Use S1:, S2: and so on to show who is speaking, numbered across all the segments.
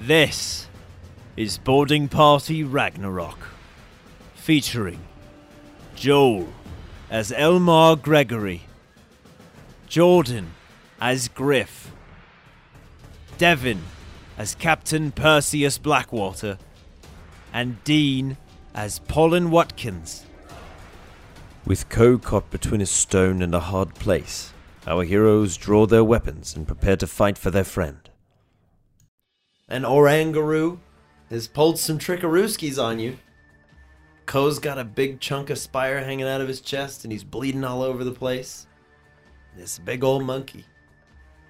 S1: This is Boarding Party Ragnarok, featuring Joel as Elmar Gregory, Jordan as Griff, Devin as Captain Perseus Blackwater, and Dean as Pollen Watkins. With Co caught between a stone and a hard place, our heroes draw their weapons and prepare to fight for their friend.
S2: An orangaroo has pulled some trickarooskies on you. Ko's got a big chunk of spire hanging out of his chest and he's bleeding all over the place. This big old monkey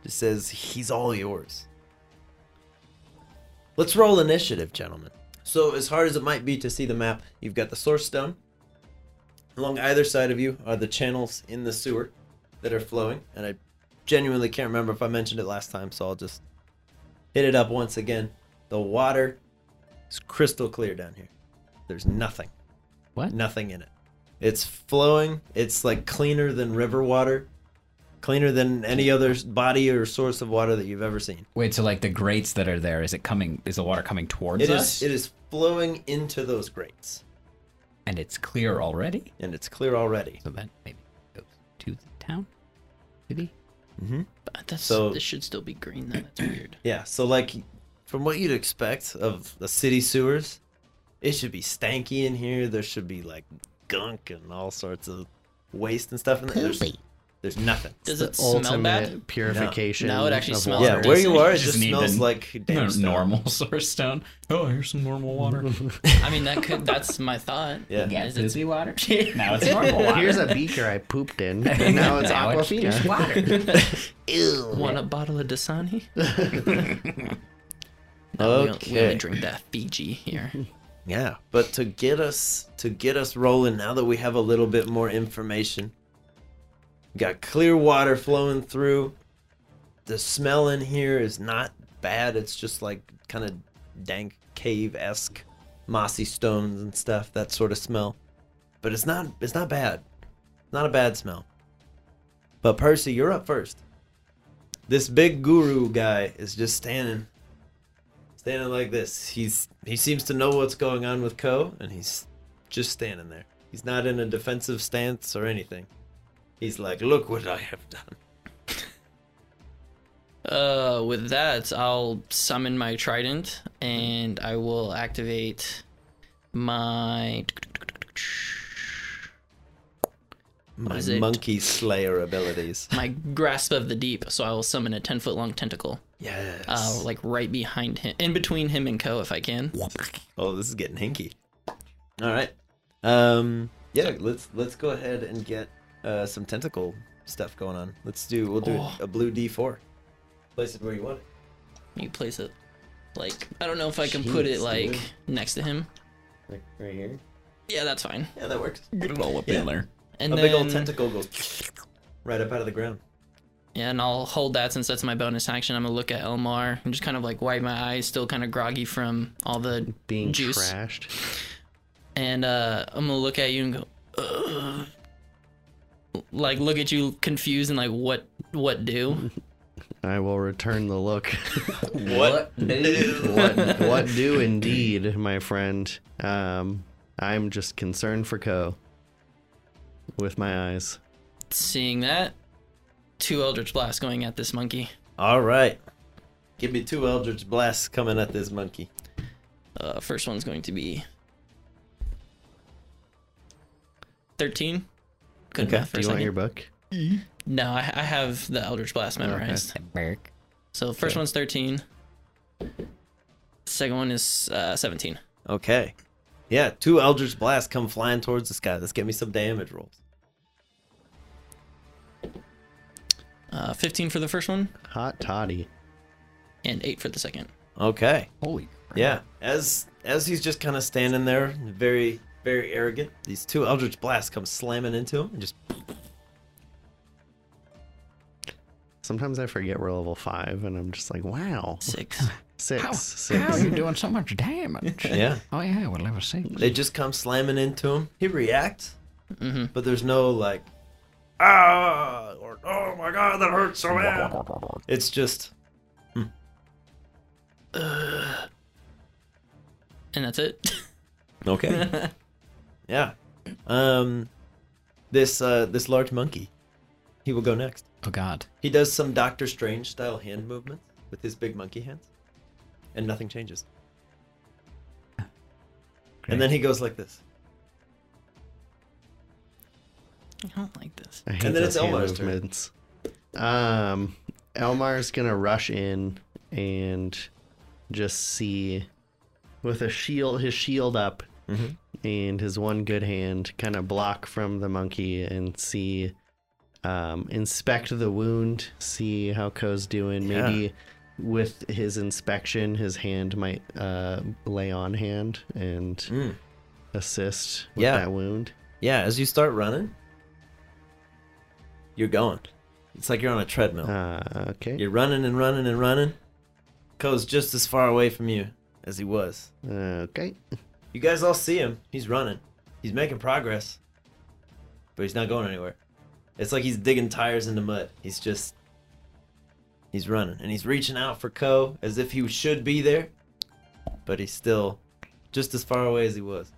S2: just says he's all yours. Let's roll initiative, gentlemen. So, as hard as it might be to see the map, you've got the source stone. Along either side of you are the channels in the sewer that are flowing. And I genuinely can't remember if I mentioned it last time, so I'll just hit it up once again. The water is crystal clear down here. There's nothing.
S3: What?
S2: Nothing in it. It's flowing. It's like cleaner than river water, cleaner than any other body or source of water that you've ever seen.
S3: Wait, so like the grates that are there, is it coming? Is the water coming towards
S2: It
S3: us?
S2: is. It is flowing into those grates,
S3: and it's clear already.
S2: and it's clear already.
S3: So that maybe goes to the town, maybe.
S4: But that's
S2: So-
S4: this should still be green though. That's weird.
S2: Yeah. So like, from what you'd expect of the city sewers, it should be stanky in here. There should be like gunk and all sorts of waste and stuff. And there's there's nothing.
S4: Does
S5: the
S4: it smell bad?
S5: ultimate purification.
S4: No, it actually
S5: of
S4: smells
S5: water.
S2: Yeah, where you are, it
S3: Just
S2: just
S3: need
S2: smells
S3: the-
S2: like damn
S3: Not
S2: stone.
S3: normal source stone. Oh, here's some normal water.
S4: I mean, that could. That's my thought.
S2: Yeah.
S3: yeah,
S4: Is it-
S3: fizzy water. now it's normal water.
S5: Here's a beaker I pooped in, and now it's
S3: Now it's just
S5: Aquafina.
S3: water.
S4: Want a bottle of Dasani? No, we, don't, we
S2: Okay.
S4: only drink that Fiji here.
S2: Yeah, but to get us to get us rolling now that we have a little bit more information. Got clear water flowing through. The smell in here is not bad. It's just like kind of dank cave-esque mossy stones and stuff, that sort of smell. But it's not it's not bad. Not a bad smell. But Percy, you're up first. This big guru guy is just standing standing like this. He's he seems to know what's going on with Ko, and he's just standing there. He's not in a defensive stance or anything. He's like, "Look what I have done."
S4: Uh, with that, I'll summon my trident and I will activate my.
S2: My
S4: is it?
S2: monkey slayer abilities.
S4: My grasp of the deep, so I will summon a ten foot long tentacle,
S2: Yes.
S4: uh, like right behind him, in between him and Ko, if I can.
S2: Oh, this is getting hinky. All right. Um. Yeah. Let's let's go ahead and get uh, some tentacle stuff going on. Let's do. We'll do
S4: Oh.
S2: a blue D four. Place it where you want it.
S4: You place it, like I don't know if I can put it like next to him.
S2: Like right here.
S4: Yeah, that's fine.
S2: Yeah, that works.
S3: Get it all up
S2: Yeah.
S3: in there.
S4: And
S2: a
S4: then,
S2: big old tentacle goes right up out of the ground.
S4: Yeah, and I'll hold that since that's my bonus action. I'm gonna look at Elmar and just kind of like wipe my eyes, still kind of groggy from all the
S5: Being
S4: juice.
S5: trashed.
S4: And uh, I'm gonna look at you and go, Ugh. like look at you confused and like what what do?
S5: I will return the look.
S2: What?
S5: what, what do indeed, my friend? Um, I'm just concerned for Co. With my eyes.
S4: Seeing that, two Eldritch blasts going at this monkey.
S2: All right. Give me two Eldritch Blasts coming at this monkey.
S4: Uh, first one's going to be thirteen. Good
S2: Okay,
S4: math for
S5: Do
S4: a
S5: you want
S4: second.
S5: your book?
S4: No, I, I have the Eldritch Blast memorized.
S3: Burke.
S4: So first one's 13. Second one is uh, 17.
S2: Okay. Yeah, two Eldritch Blasts come flying towards this guy. Let's get me some damage rolls.
S4: Uh, 15 for the first one
S5: Hot toddy.
S4: and 8 for the second.
S2: Okay.
S3: Holy.
S2: Yeah. As as he's just kind of standing there, very very arrogant, these two Eldritch Blasts come slamming into him and just
S5: Sometimes I forget we're level five, and I'm just like, wow,
S4: 6.
S5: six,
S3: How,
S5: six.
S3: how are you doing so much damage?
S2: Yeah.
S3: Oh yeah, we're level six.
S2: They just come slamming into him. He reacts,
S4: Mhm.
S2: but there's no like, ah, or oh my god, that hurts so bad. It's just, "Hmm. Ugh,
S4: and that's it.
S2: Okay. yeah. Um, this uh, this large monkey. He will go next.
S3: Oh God.
S2: He does some Doctor Strange style hand movements with his big monkey hands, and nothing changes. And then he goes like this,
S4: I don't like this.
S5: I hate
S2: And then
S5: those
S2: it's
S5: hand
S2: Elmar's turn.
S5: movements. Um, Elmar's gonna rush in and just see with a shield, his shield up,
S2: Mm-hmm.
S5: and his one good hand, kind of block from the monkey and see, um, inspect the wound, see how Ko's doing.
S2: Yeah.
S5: Maybe with his inspection, his hand might uh, lay on hand and
S2: Mm.
S5: assist with
S2: Yeah.
S5: that wound.
S2: Yeah, as you start running, you're going. It's like you're on a treadmill.
S5: Uh, okay.
S2: You're running and running and running. Ko's just as far away from you as he was.
S5: Okay.
S2: You guys all see him. He's running. He's making progress. But he's not going anywhere. It's like he's digging tires in the mud. He's just he's running and he's reaching out for Ko as if he should be there, but he's still just as far away as he was.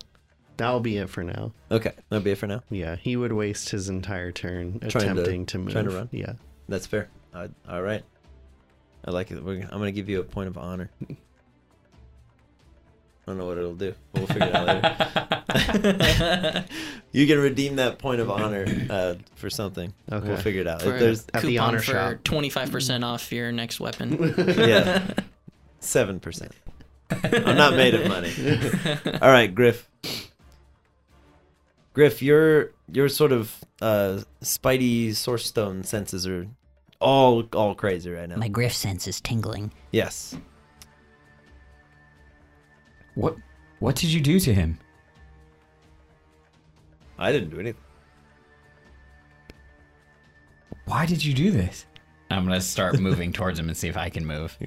S5: That'll be it for now.
S2: Okay, that'll be it for now.
S5: Yeah, he would waste his entire turn
S2: Trying to-
S5: attempting to, move.
S2: trying to run?
S5: Yeah.
S2: That's fair. I, all right. I like it. We're, gonna- I'm gonna give you a point of honor. I don't know what it'll do. But we'll figure it out later. You can redeem that point of honor uh, for something. Okay. We'll
S5: Okay.
S2: figure it out.
S4: For
S2: If Uh, There's
S5: At the
S4: coupon
S5: honor
S4: for
S5: shop.
S4: 25% off your next weapon.
S2: yeah, seven percent. I'm not made of money. All right, Griff. Griff, your your sort of uh, Spidey source stone senses are all all crazy right now.
S6: My griff sense is tingling.
S2: yes.
S7: What? What did you do to him?
S2: I didn't do anything.
S7: Why did you do this?
S3: I'm gonna start moving towards him and see if I can move.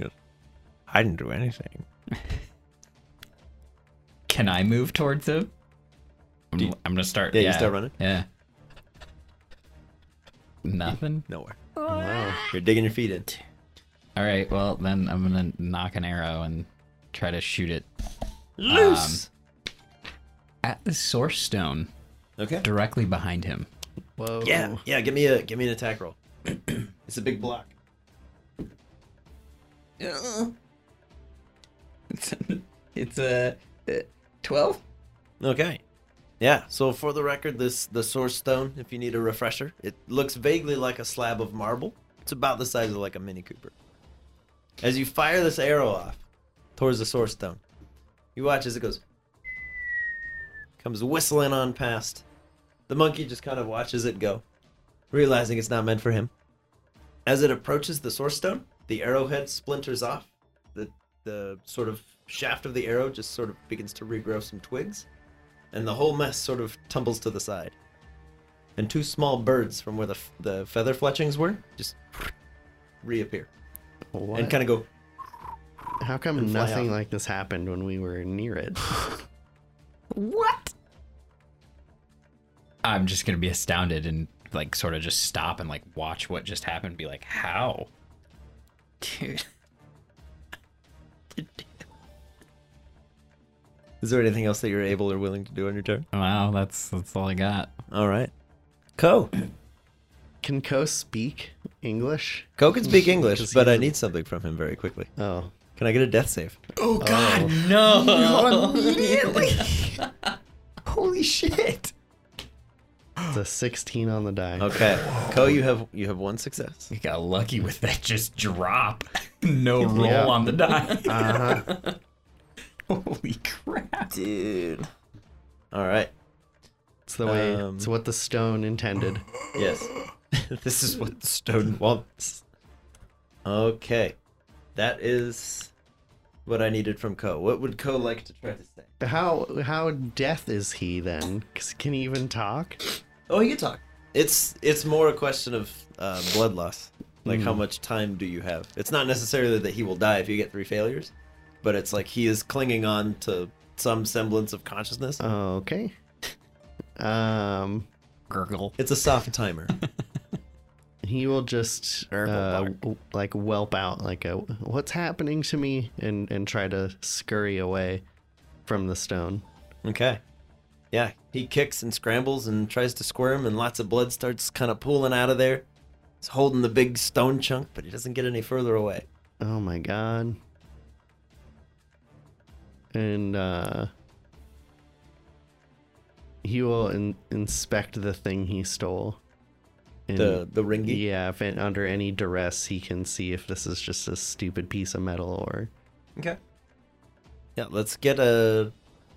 S2: I didn't do anything.
S3: Can I move towards him? I'm, I'm gonna start.
S2: Yeah, you start running?
S3: Yeah. Nothing.
S2: Nowhere.
S5: Wow.
S2: You're digging your feet in.
S3: All right. Well, then I'm gonna knock an arrow and try to shoot it Um,
S2: Loose.
S3: at the source stone
S2: okay.
S3: directly behind him.
S5: Whoa.
S2: Yeah. Yeah. Give me a give me an attack roll. it's a big block.
S4: it's a uh, 12?
S2: Okay. Yeah. So for the record, this the source stone. If you need a refresher, it looks vaguely like a slab of marble. It's about the size of like a Mini Cooper. As you fire this arrow off towards the source stone, you watch as it goes, comes whistling on past. The monkey just kind of watches it go, realizing it's not meant for him. As it approaches the source stone, the arrowhead splinters off. The the sort of shaft of the arrow just sort of begins to regrow some twigs and the whole mess sort of tumbles to the side. And two small birds from where the, f- the feather fletchings were just reappear
S5: What?
S2: and kind of go.
S5: How come
S2: and fly
S5: nothing
S2: off.
S5: like this happened when we were near it?
S3: I'm just gonna be astounded and like sort of just stop and like watch what just happened. Be like, how?
S4: Dude.
S2: Is there anything else that you're able or willing to do on your turn?
S3: Wow, that's that's all I got.
S2: All right. Co.
S5: Can Ko speak English?
S2: Co can speak English,
S5: Because
S2: but
S5: he's
S2: I
S5: a-
S2: need something from him very quickly.
S5: Oh.
S2: Can I get a death save?
S7: Holy shit!
S5: It's a 16 on the die.
S2: Okay. Co, you have you have one success.
S3: We got lucky with that just drop. No roll
S5: Yeah.
S3: on the die.
S5: Uh huh.
S3: Holy crap.
S2: Dude. All right.
S5: It's the way.
S2: Um,
S5: it's what the stone intended.
S2: Yes. this is what the stone wants. Okay. That is what I needed from Co. What would Co like to try to say?
S5: How how deaf is he then? 'Cause Can he even talk?
S2: Oh, you can talk. It's it's more a question of uh, blood loss. Like how much time do you have? It's not necessarily that he will die if you get three failures, but it's like he is clinging on to some semblance of consciousness.
S5: Okay. Um.
S3: Gurgle.
S2: It's a soft timer.
S5: He will just uh, w- like whelp out like a what's happening to me and and try to scurry away from the stone.
S2: Okay. Yeah, he kicks and scrambles and tries to squirm, and lots of blood starts kind of pooling out of there. He's holding the big stone chunk, but he doesn't get any further away.
S5: Oh my god. And uh he will in- inspect the thing he stole. And
S2: The the ringy.
S5: yeah, if it, under any duress he can see if this is just a stupid piece of metal or
S2: Okay. Yeah, let's get a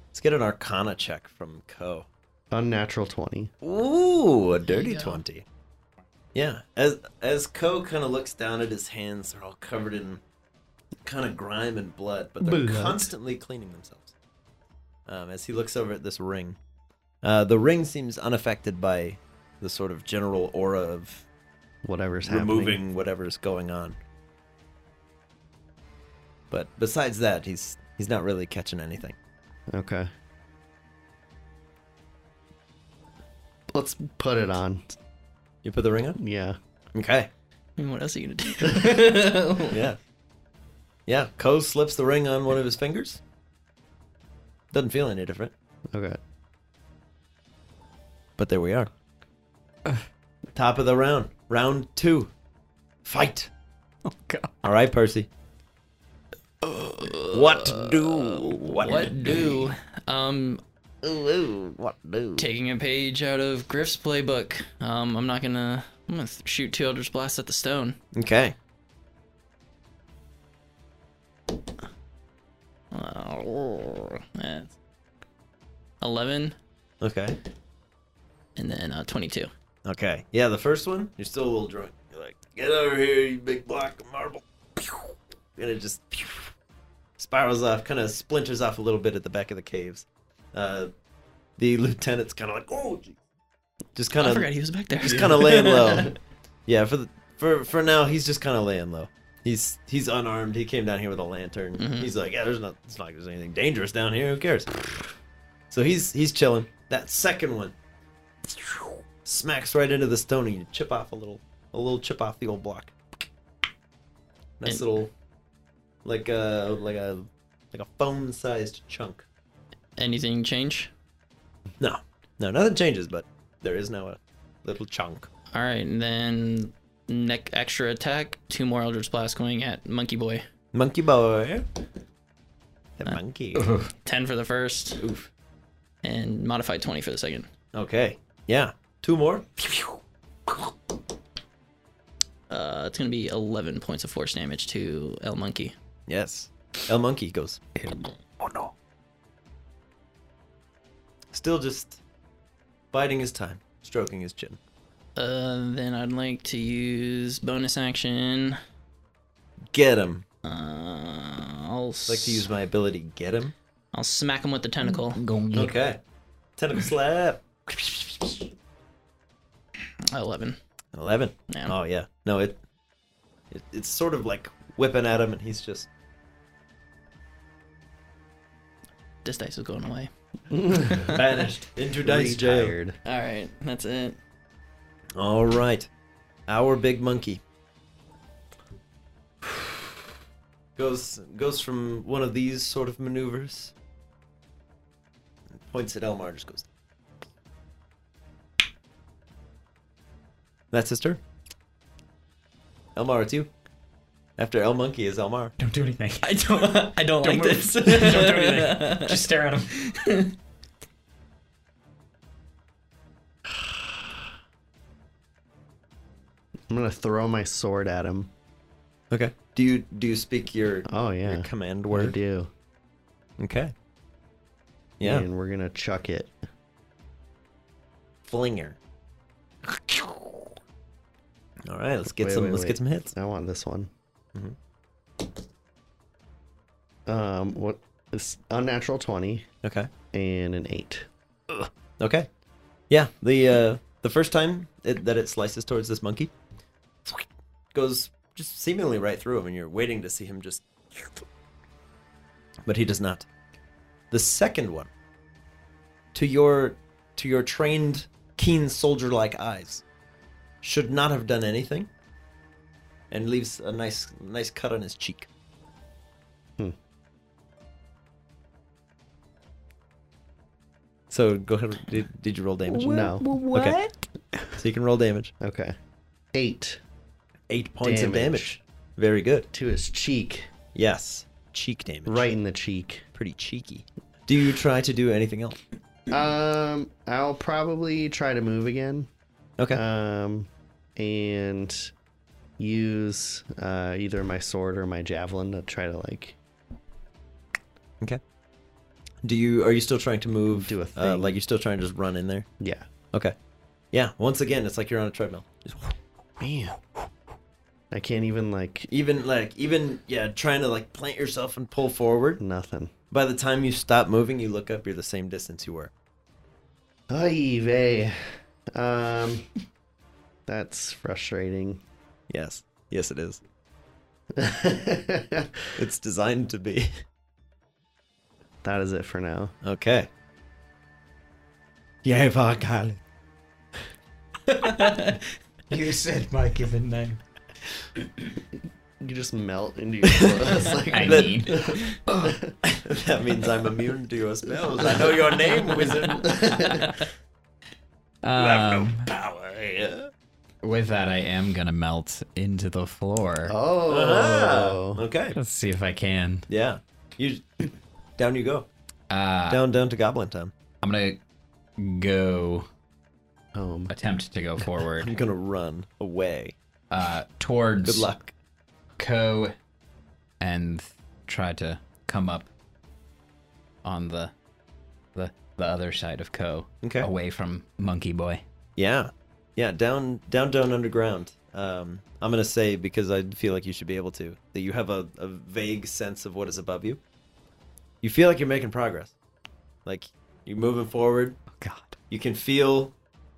S2: let's get an Arcana check from Co.
S5: unnatural 20.
S2: Ooh, a dirty
S4: you go.
S2: twenty. Yeah, as as Co kind of looks down at his hands, they're all covered in kind of grime and blood, but they're
S5: Blood.
S2: constantly cleaning themselves. Um, as he looks over at this ring, uh, the ring seems unaffected by the sort of general aura of
S5: Whatever's happening.
S2: removing whatever's going on. But besides that, he's he's not really catching anything.
S5: Okay. Let's put it on.
S2: You put the ring on?
S5: Yeah.
S2: Okay.
S4: I mean, what else are you gonna do?
S2: Yeah. Yeah, Ko slips the ring on one of his fingers. Doesn't feel any different.
S5: Okay.
S2: But there we are. Top of the round. Round two. Fight.
S7: Oh god.
S2: All right, Percy. what to
S7: Uh,
S2: do?
S4: What do? Um, what do? Taking a page out of Griff's playbook. Um, I'm not gonna. I'm gonna th- shoot two Eldritch Blasts at the stone.
S2: Okay.
S4: Uh, that's Eleven
S2: Okay.
S4: and then uh, twenty-two.
S2: Okay. Yeah, the first one, you're still a little drunk. You're like, get over here, you big block of marble. Pew! And it just pew, spirals off, kind of splinters off a little bit at the back of the caves. Uh, the lieutenant's kind of like, oh, gee." just kind
S4: I
S2: of,
S4: forgot he was back there.
S2: just kind of laying low. Yeah, for the, for for now, he's just kind of laying low. He's he's unarmed. He came down here with a lantern. He's like, yeah, there's not, it's not like there's anything dangerous down here. Who cares? So he's he's chilling. That second one smacks right into the stone and you chip off a little a little chip off the old block. Nice
S4: And-
S2: little like a like a like a phone sized chunk.
S4: Anything change?
S2: No. No, nothing changes, but there is now a little chunk.
S4: All right, and then neck extra attack. Two more Eldritch Blasts going at Monkey Boy.
S2: Monkey eh? Ah. boy. The monkey.
S4: Ten for the first. Oof. And modified twenty for the second.
S2: Okay. Yeah. Two more.
S4: Uh, it's gonna be eleven points of force damage to El Monkey.
S2: Yes. El monkey goes. Oh no. Still just biding his time, stroking his chin.
S4: Uh, then I'd like to use bonus action.
S2: Get him.
S4: Uh, I'll
S2: I'd like to use my ability get him.
S4: will smack him with the tentacle.
S2: Okay. Tentacle slap.
S4: Eleven.
S2: An Eleven.
S4: Yeah.
S2: Oh yeah. No, it, it it's sort of like whipping at him and he's just
S4: This dice is going away.
S2: banished into dice jail.
S5: Retired.
S4: All right, that's it.
S2: All right. Our big monkey goes goes from one of these sort of maneuvers. and Points at Elmar just goes. That's his turn. Elmar, it's you. After El Monkey is Elmar.
S7: Don't do anything.
S4: I don't. I don't, like this.
S7: Don't do anything. Just stare at him.
S5: I'm going to throw my sword at him.
S2: Okay. Do you do you speak your,
S5: Oh yeah.
S2: your command
S5: I
S2: word?
S5: do.
S2: Okay. Yeah.
S5: And we're going to chuck it.
S2: Flinger. All right, let's get
S5: Wait,
S2: some
S5: wait,
S2: let's
S5: wait.
S2: get some hits.
S5: I want this one.
S2: Mm-hmm.
S5: Um what is unnatural 20
S2: Okay.
S5: and an 8.
S2: Okay. Yeah, the uh the first time it, that it slices towards this monkey goes just seemingly right through him and you're waiting to see him just but he does not. The second one to your to your trained keen soldier-like eyes should not have done anything and leaves a nice Hmm. nice cut on his cheek. So go ahead. Did, did you roll damage?
S5: No.
S2: Okay. So you can roll damage.
S5: Okay. Eight
S2: Eight points of damage.
S5: Damage.
S2: Very good.
S5: to his cheek,
S2: Yes. Cheek damage.
S5: right in the cheek.
S2: Pretty cheeky. Do you try to do anything else?
S5: Um, I'll probably try to move again.
S2: Okay.
S5: Um, and use uh, either my sword or my javelin to try to like.
S2: okay. Do you are you still trying to move?
S5: Do a
S2: Uh,
S5: thing.
S2: like you're still trying to just run in there?
S5: Yeah.
S2: Okay. Yeah. Once again, it's like you're on a treadmill.
S5: Man. I can't even like
S2: Even like even yeah, trying to like plant yourself and pull forward.
S5: nothing.
S2: By the time you stop moving, you look up. You're the same distance you were.
S5: Ay vey. Um, that's frustrating.
S2: Yes. Yes, it is. It's designed to be.
S5: that is it for now.
S2: Okay.
S1: Yeah, Vargal.
S7: You said my given name.
S5: You just melt into your clothes. like,
S3: I mean,
S2: that means I'm immune to your spells. I know your name, wizard.
S3: um, with that, I am gonna melt into the floor.
S5: oh,
S2: Ah. Okay.
S3: Let's see if I can.
S2: Yeah. You down you go.
S3: Uh,
S2: Down down to goblin time.
S3: I'm gonna go
S5: home.
S3: attempt to go
S2: I'm
S3: forward
S2: gonna run away.
S3: uh, towards
S2: Good luck.
S3: Co and try to come up on the the the other side of Co.
S2: Okay.
S3: Away from Monkey Boy.
S2: Yeah. Yeah, down down down underground. Um I'm gonna say because I feel like you should be able to, that you have a, a vague sense of what is above you. You feel like you're making progress. Like you're moving forward,
S3: Oh God.
S2: You can feel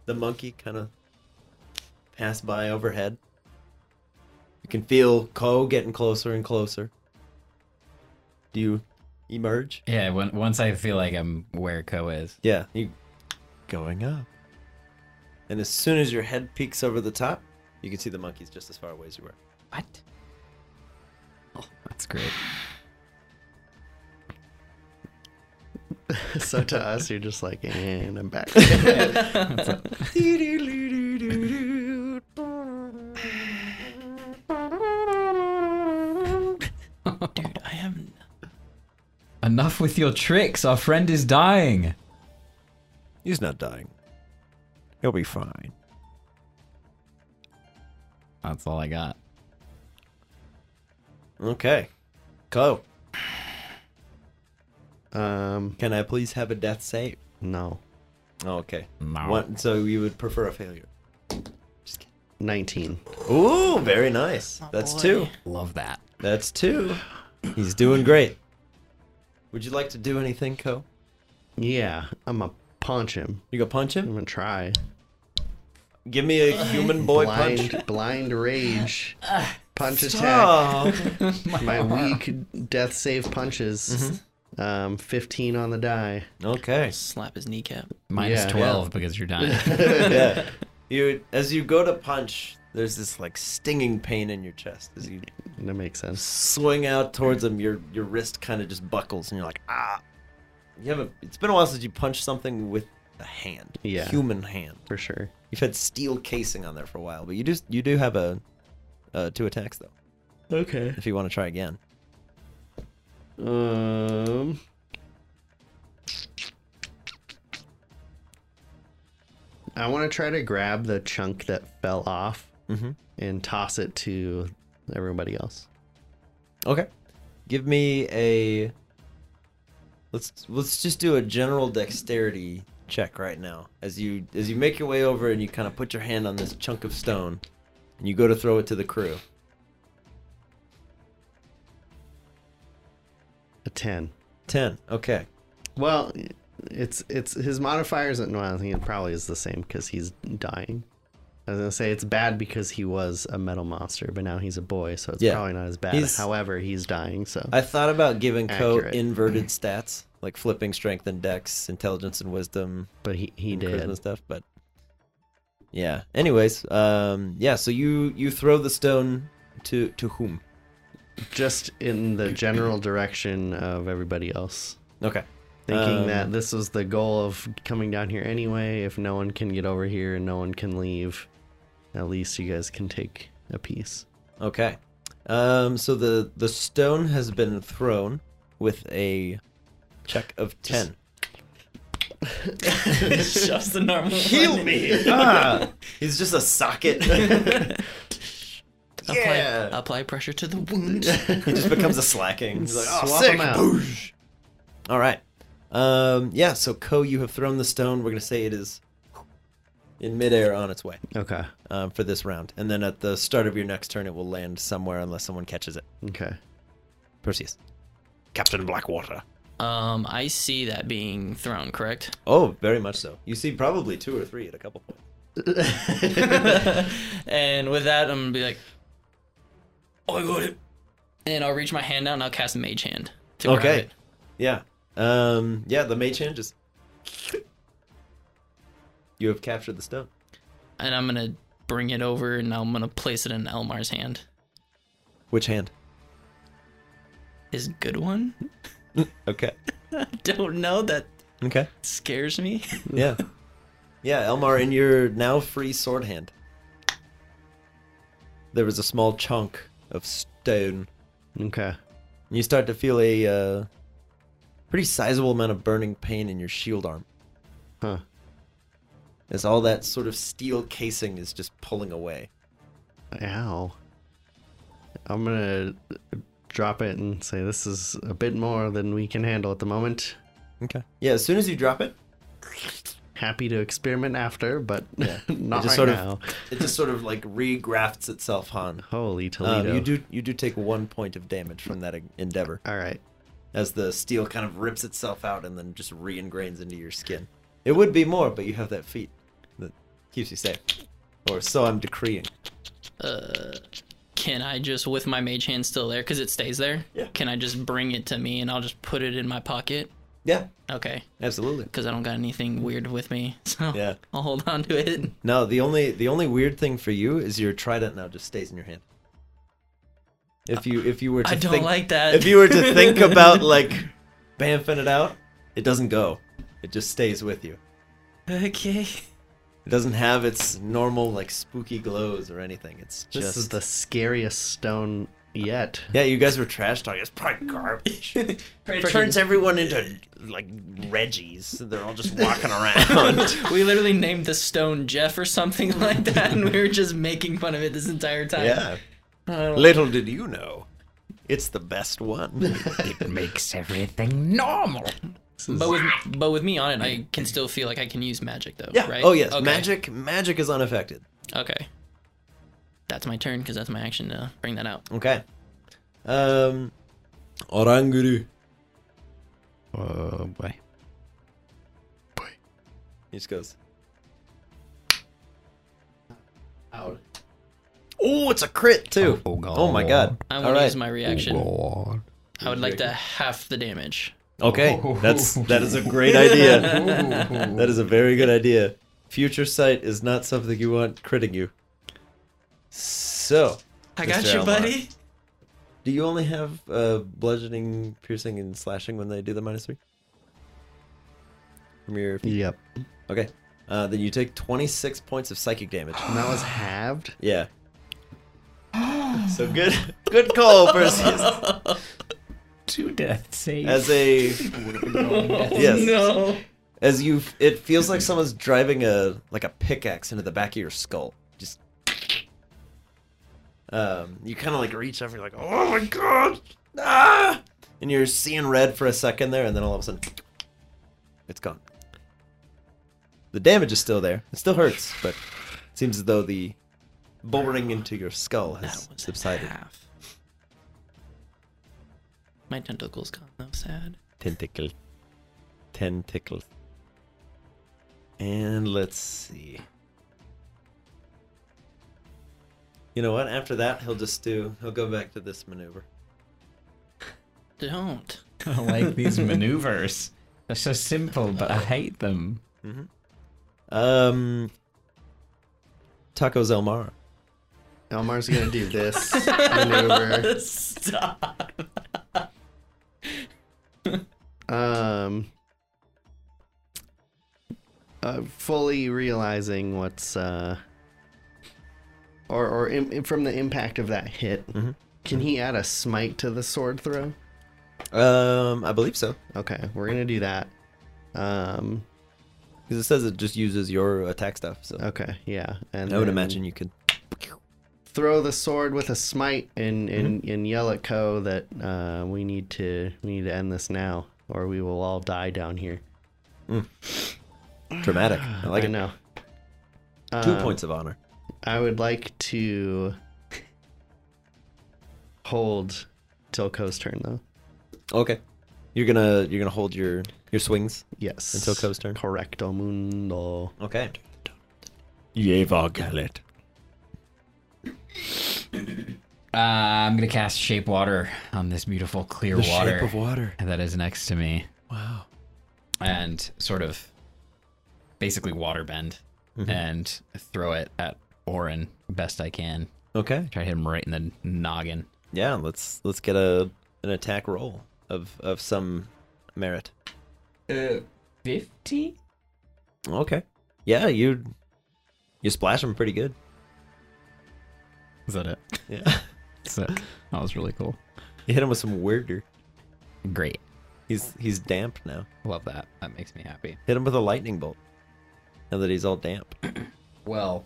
S2: the monkey kind of pass by overhead. You can feel Ko getting closer and closer. Do you emerge?
S3: Yeah. When, once I feel like I'm where Co is.
S2: Yeah, you.
S1: Going up.
S2: And as soon as your head peeks over the top, you can see the monkeys just as far away as you were.
S3: What? Oh, that's great.
S5: so to us, you're just like, and I'm back.
S4: Dude, I haven't.
S3: Enough with your tricks. Our friend is dying.
S1: He's not dying. He'll be fine.
S3: That's all I got.
S2: Okay. Ko,
S5: um,
S2: can I please have a death save?
S5: no,
S2: Oh, okay.
S3: No.
S2: One, so you would prefer a failure.
S5: nineteen.
S2: Ooh, very nice. That's
S4: boy.
S2: two.
S3: Love that.
S2: That's two. He's doing great. Would you like to do anything, Co?
S5: Yeah, I'm gonna punch him.
S2: You go punch
S5: I'm
S2: him?
S5: gonna try.
S2: Give me a human boy
S5: blind,
S2: punch.
S5: blind rage, punch attack.
S2: Oh,
S5: My weak death save punches.
S2: Mm-hmm.
S5: Um, fifteen on the die.
S2: okay.
S4: Slap his kneecap.
S3: Minus
S5: Yeah.
S3: twelve because you're dying.
S2: Yeah. You as you go to punch, there's this like stinging pain in your chest. As you
S5: That makes sense.
S2: swing out towards him, your your wrist kind of just buckles and you're like, ah. You haven't it's been a while since you punched something with a hand.
S5: Yeah.
S2: Human hand.
S5: For sure.
S2: You've had steel casing on there for a while, but you just you do have a uh, two attacks though,
S5: Okay.
S2: if you want to try again.
S5: Um. I want to try to grab the chunk that fell off
S2: Mhm.
S5: and toss it to everybody else.
S2: Okay. Give me a let's let's just do a general dexterity check right now. As you as you make your way over and you kind of put your hand on this chunk of stone and you go to throw it to the crew.
S5: A ten.
S2: 10. Okay.
S5: Well, it's it's his modifiers. And, well, I think it probably is the same because he's dying. I was gonna say it's bad because he was a metal monster, but now he's a boy, so it's
S2: Yeah.
S5: probably not as bad.
S2: He's-
S5: However, he's dying, so
S2: I thought about giving Co
S5: Accurate.
S2: inverted stats, like flipping strength and dex, intelligence and wisdom,
S5: but he he
S2: and charisma
S5: did.
S2: stuff, but yeah. Anyways, um yeah, so you you throw the stone to to whom?
S5: just in the general direction of everybody else.
S2: Okay.
S5: thinking
S2: Um,
S5: that this was the goal of coming down here anyway. If no one can get over here and no one can leave, at least you guys can take a piece.
S2: Okay. Um, so the the stone has been thrown with a check of ten.
S4: it's just a normal. one.
S2: me! ah, he's just a socket. yeah.
S4: Apply, apply pressure to the wound.
S2: he just becomes a slacking. He's like, oh,
S5: Swap
S2: sick.
S5: 'em out."
S2: Boosh. All right. Um, yeah. So Ko, you have thrown the stone. We're gonna say it is in midair on its way
S5: Okay.
S2: um, for this round, and then at the start of your next turn, it will land somewhere unless someone catches it.
S5: Okay.
S2: Perseus, Captain Blackwater.
S4: Um, I see that being thrown. Correct.
S2: Oh, very much so. You see probably two or three at a couple points.
S4: And with that, I'm gonna be like, "Oh, I got it." And I'll reach my hand out and I'll cast Mage Hand. To grab
S2: Okay.
S4: it.
S2: Yeah. Um, yeah, the mage hand just. You have captured the stone.
S4: And I'm gonna bring it over and I'm gonna place it in Elmar's hand.
S2: Which hand?
S4: His good one?
S2: Okay.
S4: Don't know. That
S2: Okay.
S4: scares me.
S2: Yeah. Yeah, Elmar, in your now free sword hand, there was a small chunk of stone.
S5: Okay.
S2: You start to feel a uh, pretty sizable amount of burning pain in your shield arm
S5: Huh.
S2: as all that sort of steel casing is just pulling away.
S5: Ow. I'm gonna drop it and say this is a bit more than we can handle at the moment.
S2: Okay. Yeah, as soon as you drop it,
S5: Happy to experiment after, but not
S2: just
S5: right
S2: sort of-
S5: now.
S2: it just sort of like regrafts itself on.
S5: Holy Toledo!
S2: Um, you do you do take one point of damage from that en- endeavor
S5: All right.
S2: as the steel kind of rips itself out and then just re-ingrains into your skin. It would be more, but you have that feat that keeps you safe, or so I'm decreeing.
S4: Can I just, with my Mage Hand still there, because it stays there?
S2: Yeah.
S4: Can I just bring it to me and I'll just put it in my pocket?
S2: Yeah,
S4: Okay.
S2: absolutely.
S4: Because I don't got anything weird with me, so
S2: Yeah.
S4: I'll hold on to it.
S2: No, the only the only weird thing for you is your trident now just stays in your hand. If you if you were to
S4: I don't
S2: think,
S4: like that.
S2: if you were to think about like bamfing it out, it doesn't go. It just stays with you.
S4: okay.
S2: It doesn't have its normal like spooky glows or anything. It's just
S5: This is the scariest stone yet.
S2: Yeah, you guys were trash talking. It's probably garbage. it turns everyone into like Reggies. They're all just walking around.
S4: We literally named the stone Jeff or something like that, and we were just making fun of it this entire time.
S2: yeah.
S4: I don't-
S2: Little did you know, it's the best one.
S3: It makes everything normal.
S4: But with but with me on it, I can still feel like I can use magic though.
S2: yeah.
S4: Right.
S2: Oh yes,
S4: Okay.
S2: magic. Magic is unaffected.
S4: Okay. That's my turn because that's my action to bring that out.
S2: Okay. Um, Oranguru.
S3: Oh boy.
S2: He just goes.
S5: Out.
S2: Oh, it's a crit too.
S3: Oh, God.
S2: my god.
S4: I
S2: All
S4: want to
S2: right.
S4: use my reaction.
S3: God.
S4: I would like to half the damage.
S2: Okay, that's that is a great idea. that is a very good idea. Future sight is not something you want critting you. So,
S4: I
S2: got Mr. you, Elmar. buddy. do you only have uh, bludgeoning, piercing, and slashing when they do the minus three? From your
S5: Yep.
S2: okay, uh, then you take twenty six points of psychic damage.
S5: And that was halved.
S2: Yeah. So good, good call, Perseus.
S3: Two death saves.
S2: As a yes,
S4: No.
S2: as you it feels like someone's driving a like a pickaxe into the back of your skull just um you kind of like reach up you're like oh my god ah! and you're seeing red for a second there and then all of a sudden it's gone the damage is still there it still hurts but it seems as though the boring into your skull has
S4: That was
S2: subsided
S4: half. My tentacles gone though. Sad.
S2: tentacle tentacle and let's see you know what after that he'll just do he'll go back to this maneuver
S4: Don't.
S3: I like these maneuvers. They're so simple, but I hate them.
S2: um tacos elmar
S5: Elmar's gonna do this maneuver.
S4: Stop.
S5: Um, uh, fully realizing what's uh, or or im- im- from the impact of that hit,
S2: Mm-hmm.
S5: can he add a smite to the sword throw?
S2: Um, I believe so.
S5: Okay, we're gonna do that. Um,
S2: Because it says it just uses your attack stuff. So
S5: okay, Oh, yeah, and
S2: I would
S5: then
S2: imagine you could.
S5: throw the sword with a smite and
S2: Mm-hmm.
S5: and, and yell at Ko that uh, we need to we need to end this now, or we will all die down here.
S2: Dramatic. I like
S5: I
S2: it.
S5: know.
S2: Two
S5: Um,
S2: points of honor.
S5: I would like to hold till Ko's turn, though.
S2: Okay. You're gonna you're gonna hold your your swings.
S5: Yes.
S2: Until Ko's turn.
S5: Correcto mundo.
S2: Okay.
S1: Yevar Galet.
S3: Uh, I'm gonna cast shape water on this beautiful clear water
S2: water.
S3: that is next to me,
S2: Wow.
S3: and sort of basically water bend and throw it at Orin best I can.
S2: Okay.
S3: Try to hit him right in the noggin.
S2: Yeah. Let's let's get a an attack roll of of some merit.
S3: Uh, fifty.
S2: Okay. Yeah. You you splash them pretty good.
S3: Is that it?
S2: Yeah.
S3: Sick. That was really cool.
S2: you hit him with some weirder.
S3: Great.
S2: He's he's damp now.
S3: Love that. That makes me happy.
S2: Hit him with a lightning bolt. Now that he's all damp.
S3: Well,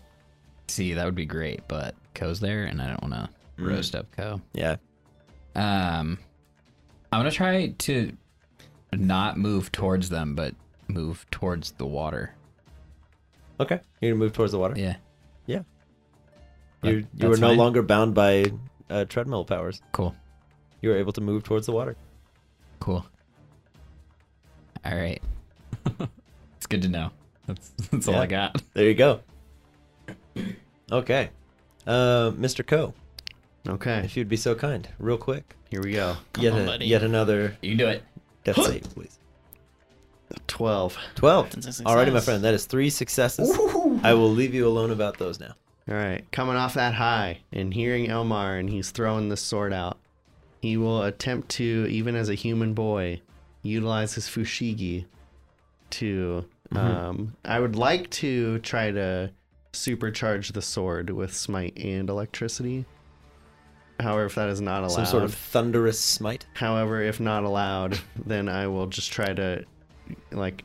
S3: see, that would be great, but Ko's there, and I don't want to roast up Co.
S2: Yeah.
S3: Um, I'm gonna try to not move towards them, but move towards the water.
S2: Okay. You're gonna move towards the water.
S3: Yeah,
S2: you you
S3: that's
S2: were no
S3: fine.
S2: longer bound by uh, treadmill powers.
S3: cool,
S2: You were able to move towards the water.
S3: cool. All right, it's good to know. That's that's all
S2: Yeah.
S3: I got.
S2: There you go. Okay. Uh, Mr. Co,
S5: Okay,
S2: if you'd be so kind, real quick.
S5: here we go.
S4: Come
S2: yet,
S4: on,
S2: a-
S4: buddy.
S2: yet another
S3: You can do it.
S2: death save, please.
S5: 12.
S2: 12.
S4: That's a success.
S2: Alrighty, my friend. That is three successes. I will leave you alone about those now.
S5: All right, coming off that high and hearing Elmar, and he's throwing the sword out. He will attempt to, even as a human boy, utilize his fushigi to.
S2: Mm-hmm.
S5: Um, I would like to try to supercharge the sword with smite and electricity. However, if that is not allowed,
S2: Some sort of thunderous smite.
S5: However, if not allowed, then I will just try to like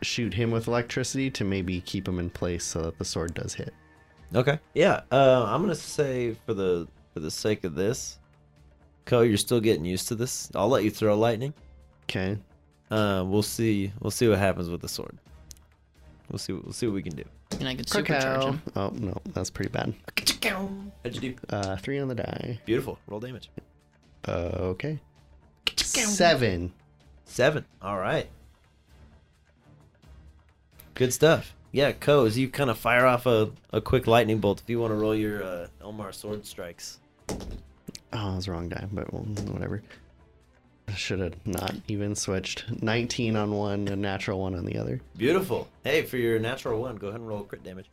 S5: shoot him with electricity to maybe keep him in place so that the sword does hit.
S2: Okay. Yeah. Uh, I'm gonna say for the for the sake of this, Co, you're still getting used to this. I'll let you throw lightning.
S5: Okay.
S2: Uh, we'll see. We'll see what happens with the sword. We'll see. We'll see what we can do.
S4: And I could supercharge him.
S5: Oh no, that's pretty bad.
S2: How'd you do?
S5: Uh, three on the die.
S2: Beautiful. Roll damage.
S5: Uh, okay. Seven.
S2: Seven. All right. Good stuff. Yeah, Co, as you kind of fire off a, a quick lightning bolt, if you want to roll your uh, Elmar sword strikes.
S5: Oh, it was the wrong die, but well, whatever. Should have not even switched. Nineteen on one, a natural one on the other.
S2: Beautiful. Hey, for your natural one, go ahead and roll crit damage.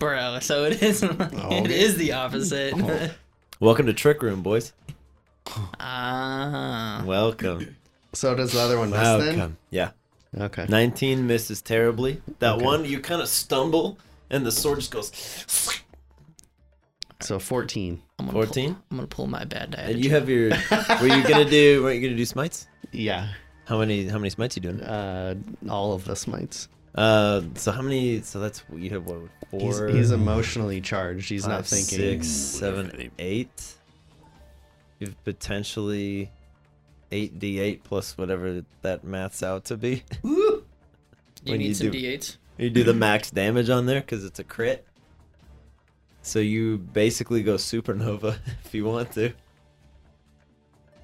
S4: Bro, so it is
S2: Oh,
S4: it is the opposite. Uh,
S2: Welcome to Trick Room, boys.
S4: Ah.
S2: Welcome.
S5: So does the other one miss then?
S2: Welcome. Yeah.
S5: Okay.
S2: 19 misses terribly. That
S5: Okay.
S2: one, you kind of stumble, and the sword just goes.
S5: So fourteen.
S4: I'm gonna
S2: 14?
S4: Pull, I'm gonna pull my bad die.
S2: And you have your. Were you gonna do? Were you gonna do smites?
S5: Yeah.
S2: How many? How many smites you doing?
S5: Uh, all of the smites.
S2: Uh, so how many? So that's you have what? Four.
S5: He's, he's emotionally charged. He's not
S2: five,
S5: thinking.
S2: Six, seven, eight. You've potentially eight d eight plus whatever that maths out to be.
S4: you
S2: when
S4: need
S2: you
S4: some
S2: do-
S4: d8s.
S2: you do the max damage on there because it's a crit. So you basically go supernova if you want to.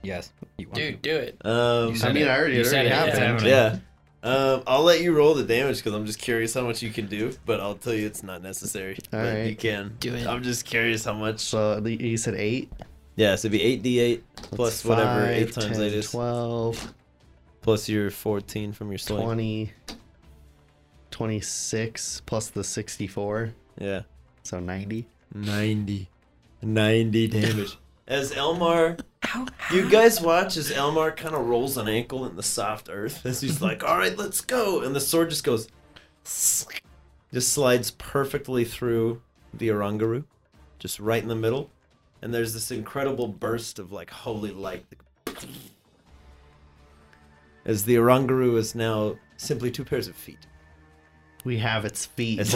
S3: Yes, you want
S4: Dude, do it.
S2: Um,
S5: I mean, I already, it already happened.
S2: yeah. Um, I'll let you roll the damage because I'm just curious how much you can do, but I'll tell you it's not necessary.
S5: All
S2: But You
S5: right.
S2: can
S4: Do it.
S2: I'm just curious how much.
S5: So the- you said eight
S2: Yeah, so it'd be eight d eight plus
S5: That's
S2: whatever
S5: five,
S2: eight times
S5: 10,
S2: eight is,
S5: 12,
S2: plus your fourteen from your sling.
S5: 20, 26 plus the 64,
S2: Yeah.
S5: so 90.
S2: 90. 90 damage. As Elmar, you guys watch as Elmar kind of rolls an ankle in the soft earth as he's like, all right, let's go. And the sword just goes Just slides perfectly through the Orangaru, just right in the middle. And there's this incredible burst of like holy light. As the Orangaru is now simply two pairs of feet.
S5: We have its feet,
S2: It's-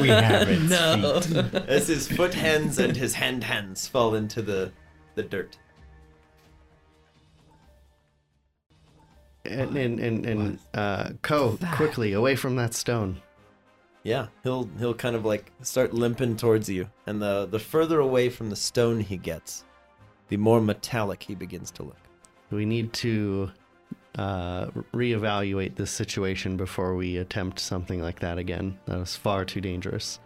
S6: we have it.
S4: No.
S2: As his foot hands and his hand hands fall into the, the dirt.
S5: and and and, and uh, Co, quickly away from that stone.
S2: Yeah, he'll he'll kind of like start limping towards you, and the the further away from the stone he gets, the more metallic he begins to look.
S5: We need to uh, reevaluate this situation before we attempt something like that again. That was far too dangerous.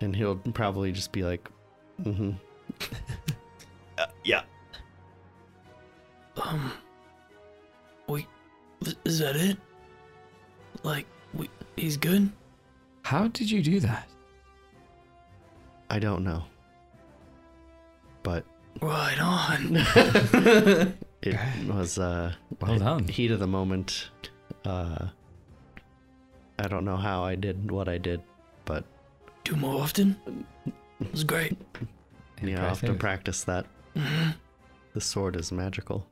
S5: And he'll probably just be like, mm-hmm.
S2: yeah.
S4: um. Wait. th- Is that it? Like, we, he's good?
S6: How did you do that?
S5: I don't know. But
S4: Right on.
S5: it was uh,
S6: Well done.
S5: heat of the moment. Uh, I don't know how I did what I did, but
S4: Do more often. It was great.
S5: you know, I'll have to
S3: Impressive.
S5: practice that. The sword is magical.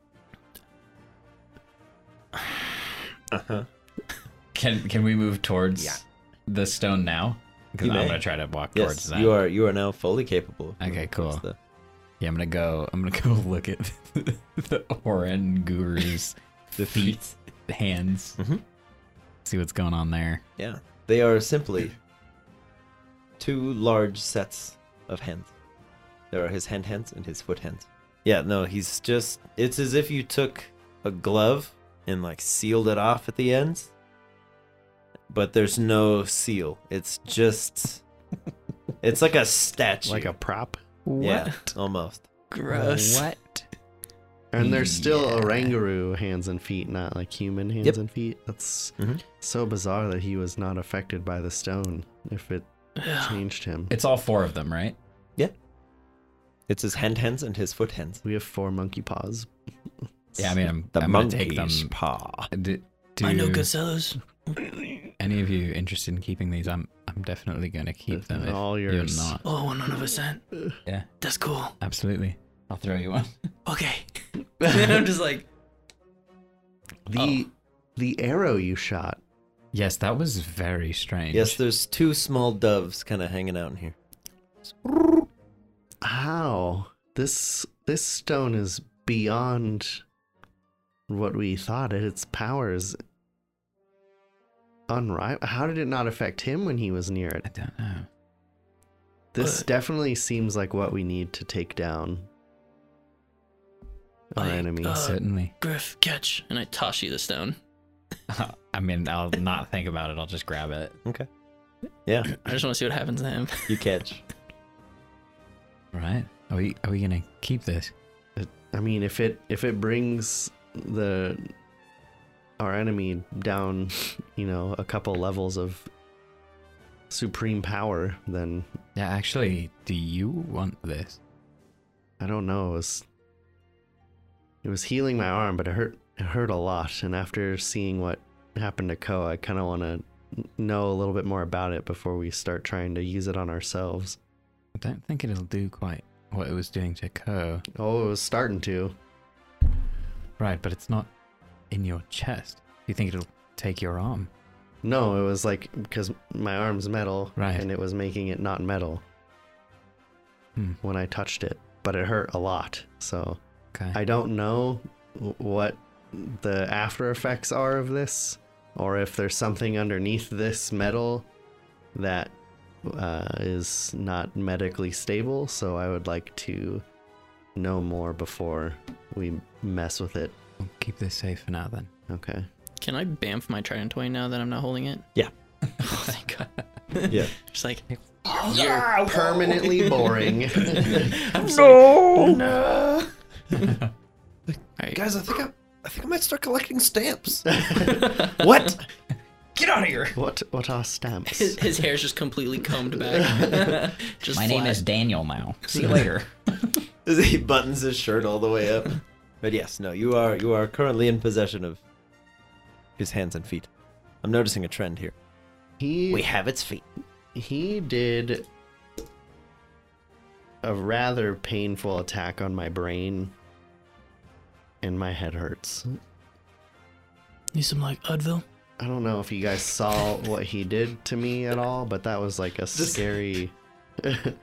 S3: Can can we move towards the stone now? Because
S2: You
S3: I'm
S2: may.
S3: gonna try to walk towards
S2: Yes,
S3: that.
S2: you are you are now fully capable. Of
S3: Okay,
S2: moving towards
S3: cool.
S2: the-
S3: Yeah, I'm gonna go. I'm gonna go look at the, Oran Guru's
S2: The
S3: feet, hands.
S5: Mm-hmm.
S2: Mhm.
S3: See what's going on there.
S2: yeah, they are simply two large sets of hands. There are his hand hands and his foot hands. Yeah, no, he's just. It's as if you took a glove and like sealed it off at the ends, but there's no seal. It's just. It's like a statue.
S5: Like a prop.
S2: Yeah, almost.
S4: Gross.
S3: What?
S5: And they're still
S3: Yeah.
S5: oranguru hands and feet, not like human hands
S2: Mm, Yep.
S5: and feet. That's
S2: Mhm.
S5: so bizarre that he was not affected by the stone if it
S4: Yeah.
S5: changed him.
S3: It's all four of them, right?
S2: It's his hand hands and his foot hands.
S5: We have four monkey paws.
S3: Yeah, I mean, I'm,
S2: The
S3: I'm gonna take them.
S2: monkey's paw.
S3: Do,
S4: I know
S3: do
S4: good sellers.
S3: any of you interested in keeping these? I'm I'm definitely gonna keep them. If
S5: They're all
S3: you're
S5: yours.
S3: not,
S4: Oh, 100%.
S3: Yeah.
S4: That's cool.
S3: absolutely. I'll throw you one.
S4: Okay. and I'm just like,
S5: The
S2: Oh.
S5: the arrow you shot.
S3: Yes, that was very strange.
S2: Yes, there's two small doves kind of hanging out in here.
S5: How? This this stone is beyond what we thought it. Its power is unrivaled. How did it not affect him when he was near it?
S3: I don't know.
S5: This
S4: But-
S5: definitely seems like what we need to take down our
S4: Like,
S5: enemies.
S4: uh,
S3: Certainly.
S4: Griff, catch. And I toss you the stone.
S3: I mean, I'll not think about it. I'll just grab it.
S2: Okay. Yeah,
S4: I just want to see what happens to him.
S2: you catch.
S3: Right? Are we are we gonna keep this?
S5: I mean, if it if it brings the our enemy down, you know, a couple levels of supreme power, then
S3: Yeah, actually, do you want this?
S5: I don't know. It was, it was healing my arm, but it hurt. It hurt a lot. And after seeing what happened to Ko, I kind of want to know a little bit more about it before we start trying to use it on ourselves.
S3: I don't think it'll do quite what it was doing to Ko.
S5: Oh, it was starting to.
S3: Right, but it's not in your chest. You think it'll take your arm?
S5: No, it was like because my arm's metal,
S3: Right.
S5: and it was making it not metal
S3: Hmm.
S5: when I touched it, but it hurt a lot. So
S3: Okay.
S5: I don't know w- what the after effects are of this, or if there's something underneath this metal that uh, is not medically stable. So I would like to know more before we mess with it.
S3: We'll keep this safe for now then.
S5: Okay.
S4: Can I bamf my trident away now that I'm not holding it?
S2: Yeah.
S4: oh, thank God.
S2: Yeah.
S4: Just like,
S5: You're permanently boring.
S4: I'm just like,
S2: Guys, I think I, I think I might start collecting stamps. what?
S4: get out of here.
S5: What what are stamps?
S4: His, his hair's just completely combed back. just flat.
S3: Daniel now. See you later.
S2: He buttons his shirt all the way up. But yes, no, you are you are currently in possession of his hands and feet. I'm noticing a trend here.
S5: He
S2: have its feet.
S5: he did a rather painful attack on my brain, and my head hurts.
S4: Need some like Advil?
S5: I don't know if you guys saw what he did to me at all, but that was like a scary. that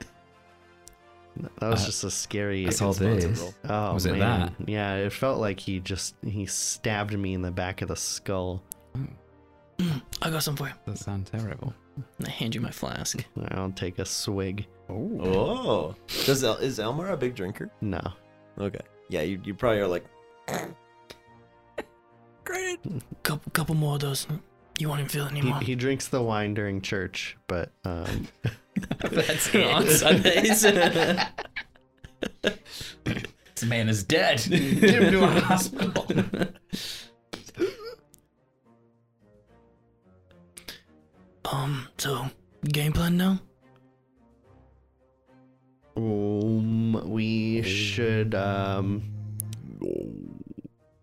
S5: was
S3: Uh,
S5: just a scary.
S3: That's all
S5: response.
S3: this.
S5: Oh,
S3: Was it
S5: man. Yeah, it felt like he just he stabbed me in the back of the skull.
S4: I got some for you.
S3: That sounds terrible.
S4: I hand you my flask.
S5: I'll take a swig.
S2: Oh, does El- is Elmar a big drinker?
S5: No,
S2: Okay, yeah, you, you probably are like
S4: Couple, couple more of those. You won't even feel it
S5: he,
S4: anymore.
S5: he drinks the wine during church, but um,
S4: That's it on Sundays.
S3: This man is dead. Get him to a hospital.
S4: um, so game plan now?
S5: um, we should um,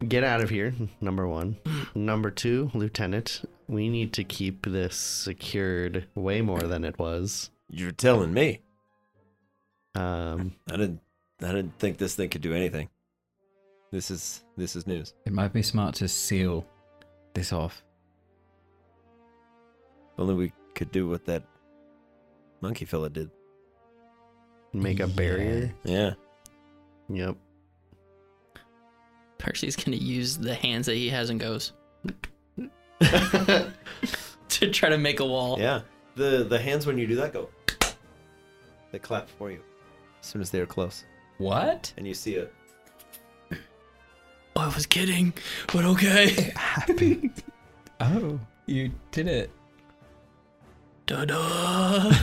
S5: get out of here. Number one. Number two, Lieutenant. We need to keep this secured way more than it was.
S2: you're telling me.
S5: Um,
S2: I didn't I didn't think this thing could do anything. This is this is news.
S3: It might be smart to seal this off.
S2: If Only we could do what that monkey fella did.
S5: make a barrier.
S2: Yeah.
S5: Yep.
S4: Percy's gonna use the hands that he has and goes to try to make a
S5: Oh.
S4: wall.
S2: Yeah. The the hands when you do that go they clap for you. As soon as they are close.
S3: What?
S2: And you see a
S4: Oh, I was kidding, but okay.
S3: happened. oh, you did it.
S4: da da.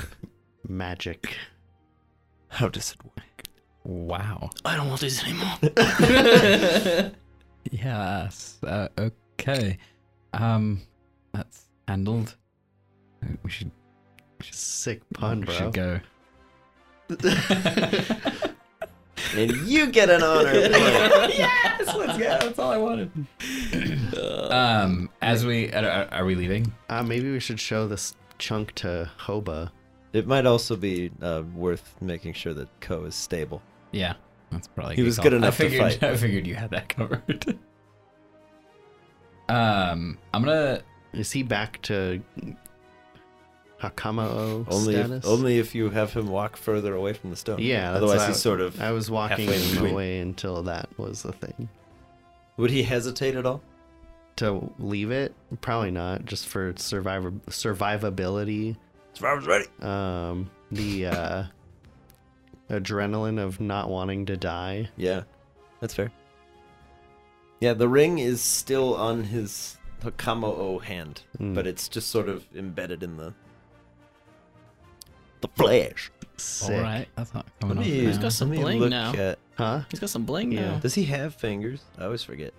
S5: Magic.
S2: How does it work?
S3: Wow.
S4: I don't want these anymore.
S3: Yes. Uh, okay. Um, that's handled. We should
S5: Sick pun,
S3: we
S5: bro.
S3: should go.
S2: And you get an honor point.
S3: yes, let's go. That's all I wanted. um, as we are, are we leaving?
S5: Uh, maybe we should show this chunk to Hoba.
S2: It might also be uh, worth making sure that Ko is stable.
S3: Yeah, that's probably.
S2: He
S3: good
S2: was
S3: call.
S2: good enough
S3: I
S2: to
S3: figured,
S2: fight.
S3: I figured you had that covered. um, I'm gonna.
S5: Is he back to Hakamo
S2: Only
S5: status?
S2: if, only if you have him walk further away from the stone.
S5: Yeah, that's
S2: Otherwise
S5: what
S2: he's
S5: I-
S2: sort of
S5: I was walking
S2: halfway in
S5: him
S2: between.
S5: away until that was the thing.
S2: Would he hesitate at all?
S5: To leave it? Probably not. Just for survivor survivability.
S2: Survivor's ready.
S5: Um, the uh, adrenaline of not wanting to die.
S2: Yeah, that's fair. Yeah, the ring is still on his Hakamo'o hand,
S5: Mm.
S2: but it's just sort of embedded in the the flesh.
S5: Sick.
S3: All right, that's not coming
S2: Let
S3: off
S2: me,
S3: now.
S4: got some
S2: let me
S4: bling
S2: look
S4: now.
S2: at.
S5: Huh?
S4: He's got some bling
S5: Yeah.
S4: now.
S2: Does he have fingers? I always forget.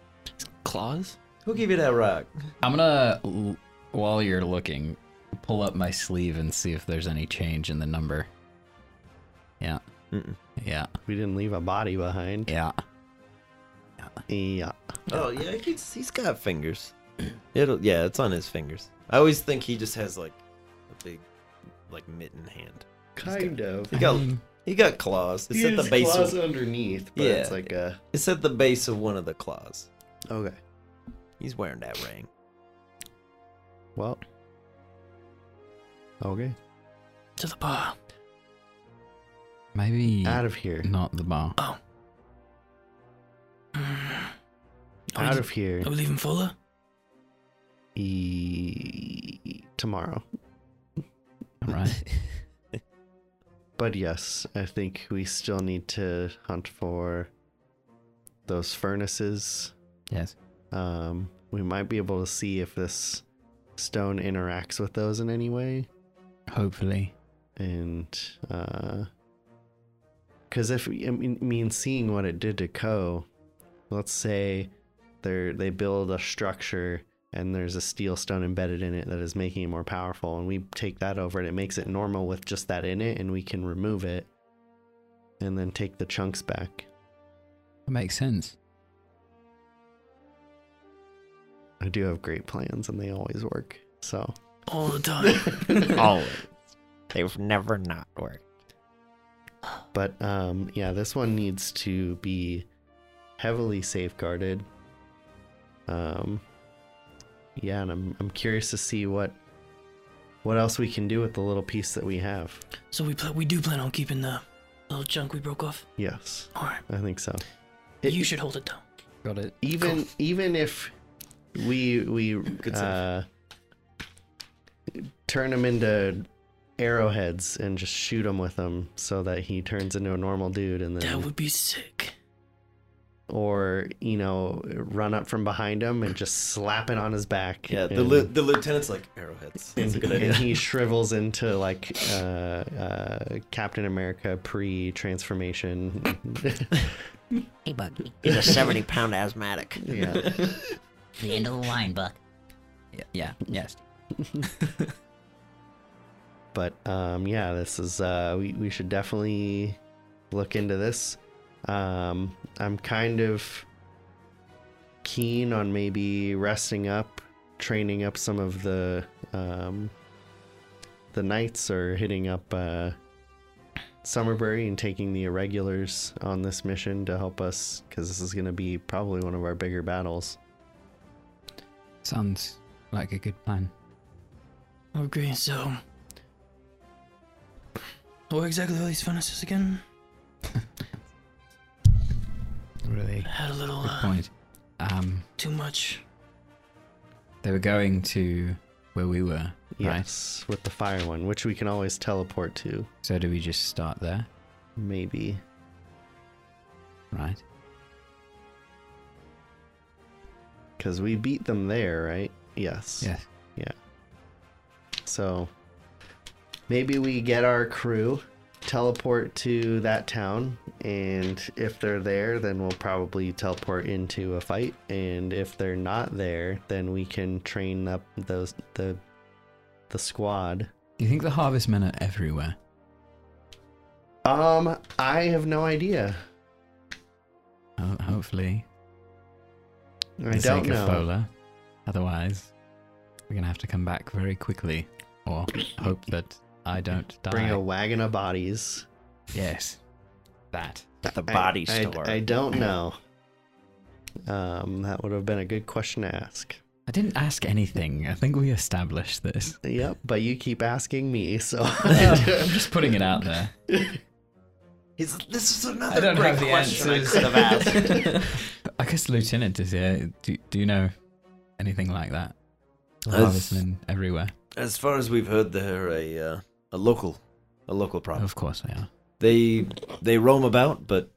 S4: Claws?
S2: Who gave you that rock?
S3: I'm gonna, l- while you're looking, pull up my sleeve and see if there's any change in the number. Yeah.
S2: Mm-mm.
S3: Yeah.
S5: We didn't leave a body behind.
S3: Yeah.
S5: Yeah.
S2: Oh yeah, he's, he's got fingers. It'll yeah, it's on his fingers. I always think he just has like a big like mitten hand.
S5: Kind of.
S2: He got he got claws. It's at the base.
S5: claws
S2: Of,
S5: underneath, but
S2: Yeah.
S5: it's like a
S2: it's at the base of one of the claws.
S5: okay.
S2: He's wearing that ring.
S5: Well. Okay.
S4: To the bar.
S3: Maybe
S5: Out of here.
S3: not the bar.
S4: Are we
S5: Out
S4: le-
S5: of here.
S4: Are we leaving Fuller?
S5: E- tomorrow.
S3: All right.
S5: But yes, I think we still need to hunt for those furnaces.
S3: yes.
S5: Um, we might be able to see if this stone interacts with those in any way.
S3: Hopefully.
S5: and uh because if I mean, I mean seeing what it did to Co, let's say they they build a structure and there's a steel stone embedded in it that is making it more powerful, and we take that over and it makes it normal with just that in it, and we can remove it, and then take the chunks back.
S3: That makes sense.
S5: I do have great plans, and they always work. So
S4: all the time.
S8: Always. They've never not worked.
S5: But um, yeah, this one needs to be heavily safeguarded. Um, yeah, and I'm I'm curious to see what what else we can do with the little piece that we have.
S4: so we pl- we do plan on keeping the little chunk we broke off.
S5: Yes,
S4: All right,
S5: I think so.
S4: you should hold it down.
S3: Got it.
S5: Even even if we we
S2: save.
S5: uh, turn him into arrowheads and just shoot him with them so that he turns into a normal dude and then
S4: That would be sick.
S5: or you know run up from behind him and just slap it on his back
S2: Yeah, the,
S5: and,
S2: li- the lieutenant's like arrowheads. That's a good
S5: and
S2: idea.
S5: he shrivels into like uh, uh, captain america pre-transformation
S8: Hey, Buck. He's a 70 pound asthmatic.
S5: yeah
S9: The end of the line, Buck.
S3: Yeah. Yeah. Yes.
S5: but um, yeah this is uh, we, we should definitely look into this um, i'm kind of keen on maybe resting up training up some of the um, the knights or hitting up uh, summerbury and taking the irregulars on this mission to help us because this is going to be probably one of our bigger battles
S6: Sounds like a good plan.
S4: Okay, so what exactly are these furnaces again?
S6: Really
S4: Had a little
S6: good
S4: uh,
S6: point. Um,
S4: too much.
S6: they were going to where we were, right?
S5: yes with the fire one which we can always teleport to
S6: So do we just start there,
S5: maybe
S6: right?
S5: Because we beat them there, right? Yes.
S6: Yes.
S5: So maybe we get our crew, teleport to that town, and if they're there, then we'll probably teleport into a fight. And if they're not there, then we can train up those the the squad.
S6: Do you think the harvest men are everywhere?
S5: Um, I have no idea.
S6: Ho- hopefully,
S5: I
S6: the
S5: don't
S6: sake of
S5: know.
S6: Fola. Otherwise, we're gonna have to come back very quickly, or hope that I don't die.
S5: Bring a wagon of bodies.
S6: yes, that.
S8: The
S5: I-
S8: body
S5: I,
S8: store.
S5: I don't know. Um, that would have been a good question to ask.
S6: I didn't ask anything. I think we established this.
S5: Yep, but you keep asking me, so
S6: I'm just putting it out there.
S2: He's, this is another
S6: I don't
S2: great
S6: have the
S2: question I
S6: answers.
S2: could have asked.
S6: I guess Lieutenant is here. Do, do you know anything like that?
S2: Uh,
S6: Harvestmen everywhere.
S2: As far as we've heard, they're a uh, a local, a local problem.
S6: Of course they are.
S2: They they roam about, but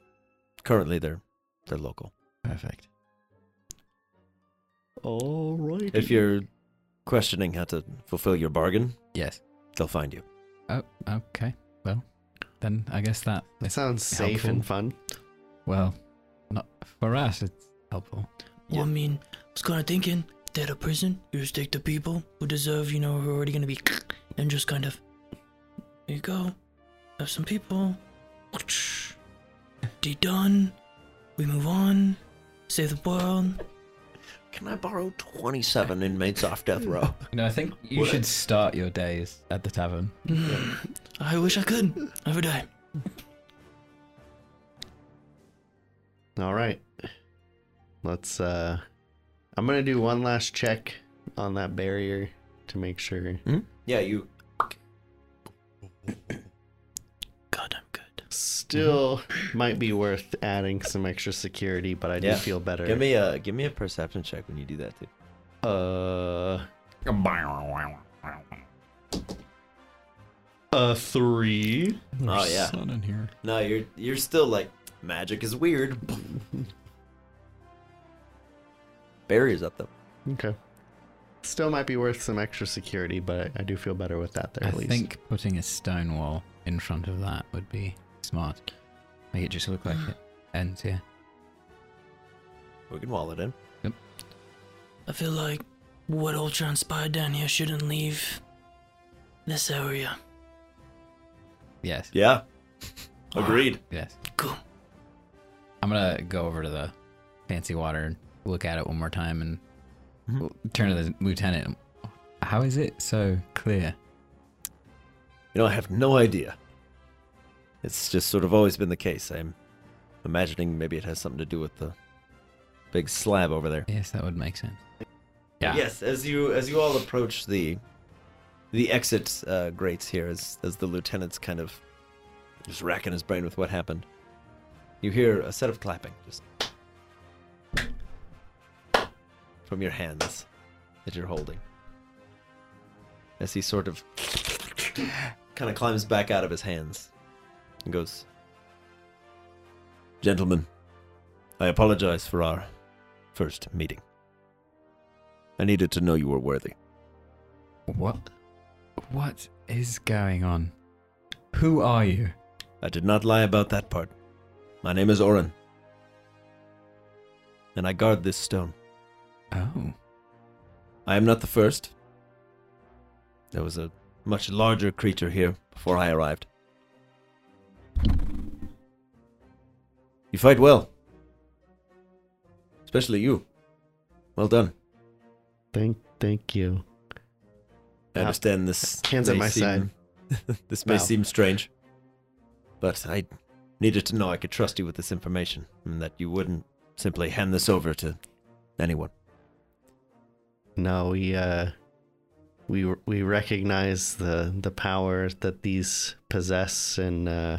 S2: currently they're they're local.
S6: Perfect.
S5: all right.
S2: If you're questioning how to fulfill your bargain,
S6: Yes.
S2: they'll find you.
S6: Oh, okay. Well, then I guess that.
S5: that sounds safe
S6: helpful.
S5: and fun.
S6: Well, not for us. It's helpful.
S4: Well, I mean, I was kind of thinking that a prison, you just take the people who deserve, you know, who are already gonna be, and just kind of, here you go, have some people, de done, we move on, save the world.
S2: Can I borrow twenty-seven inmates off death row?
S3: No, I think you
S5: uh,
S3: should start your days at the tavern.
S4: Mm, I wish I could. I would die.
S5: All right, let's. uh I'm gonna do one last check on that barrier to make sure.
S2: yeah, you.
S4: God, I'm good.
S5: Still might be worth adding some extra security, but I do
S2: Mm-hmm. Yeah.
S5: feel better.
S2: Give me a give me a perception check when you do that too.
S5: uh a three.
S2: Oh yeah.
S6: Sun in here.
S2: No, you're you're still like magic is weird. Barriers up though.
S5: Okay. Still might be worth some extra security, but I do feel better with that there
S6: I
S5: at least.
S6: think putting a stone wall in front of that would be smart. Make it just look like it ends here.
S2: We can wall it in.
S4: I feel like what all transpired down here shouldn't leave this area.
S6: Yes.
S2: Yeah. Agreed.
S6: Yes.
S4: Cool.
S3: I'm gonna go over to the fancy water and look at it one more time and
S6: turn to the lieutenant. How is it so clear?
S2: You know, I have no idea. It's just sort of always been the case. I'm imagining maybe it has something to do with the big slab over there.
S6: Yes, that would make sense. Yeah.
S2: Yes, as you as you all approach the the exit uh, grates here, as as the lieutenant's kind of just racking his brain with what happened, you hear a set of clapping just from your hands that you're holding. As he sort of kind of climbs back out of his hands and goes, "Gentlemen, I apologize for our first meeting. I needed to know you were worthy.
S6: What? What is going on? Who are you?
S2: I did not lie about that part. My name is Orin. And I guard this stone.
S6: Oh,
S2: I am not the first. There was a much larger creature here before I arrived. You fight well. Especially you. Well done.
S5: Thank, thank you.
S2: I
S5: Yeah.
S2: understand this.
S5: Hands at
S2: may
S5: my
S2: seem- this may
S5: Wow.
S2: seem strange, but I needed to know I could trust you with this information and that you wouldn't simply hand this over to anyone.
S5: No, we uh, we we recognize the the power that these possess, and uh,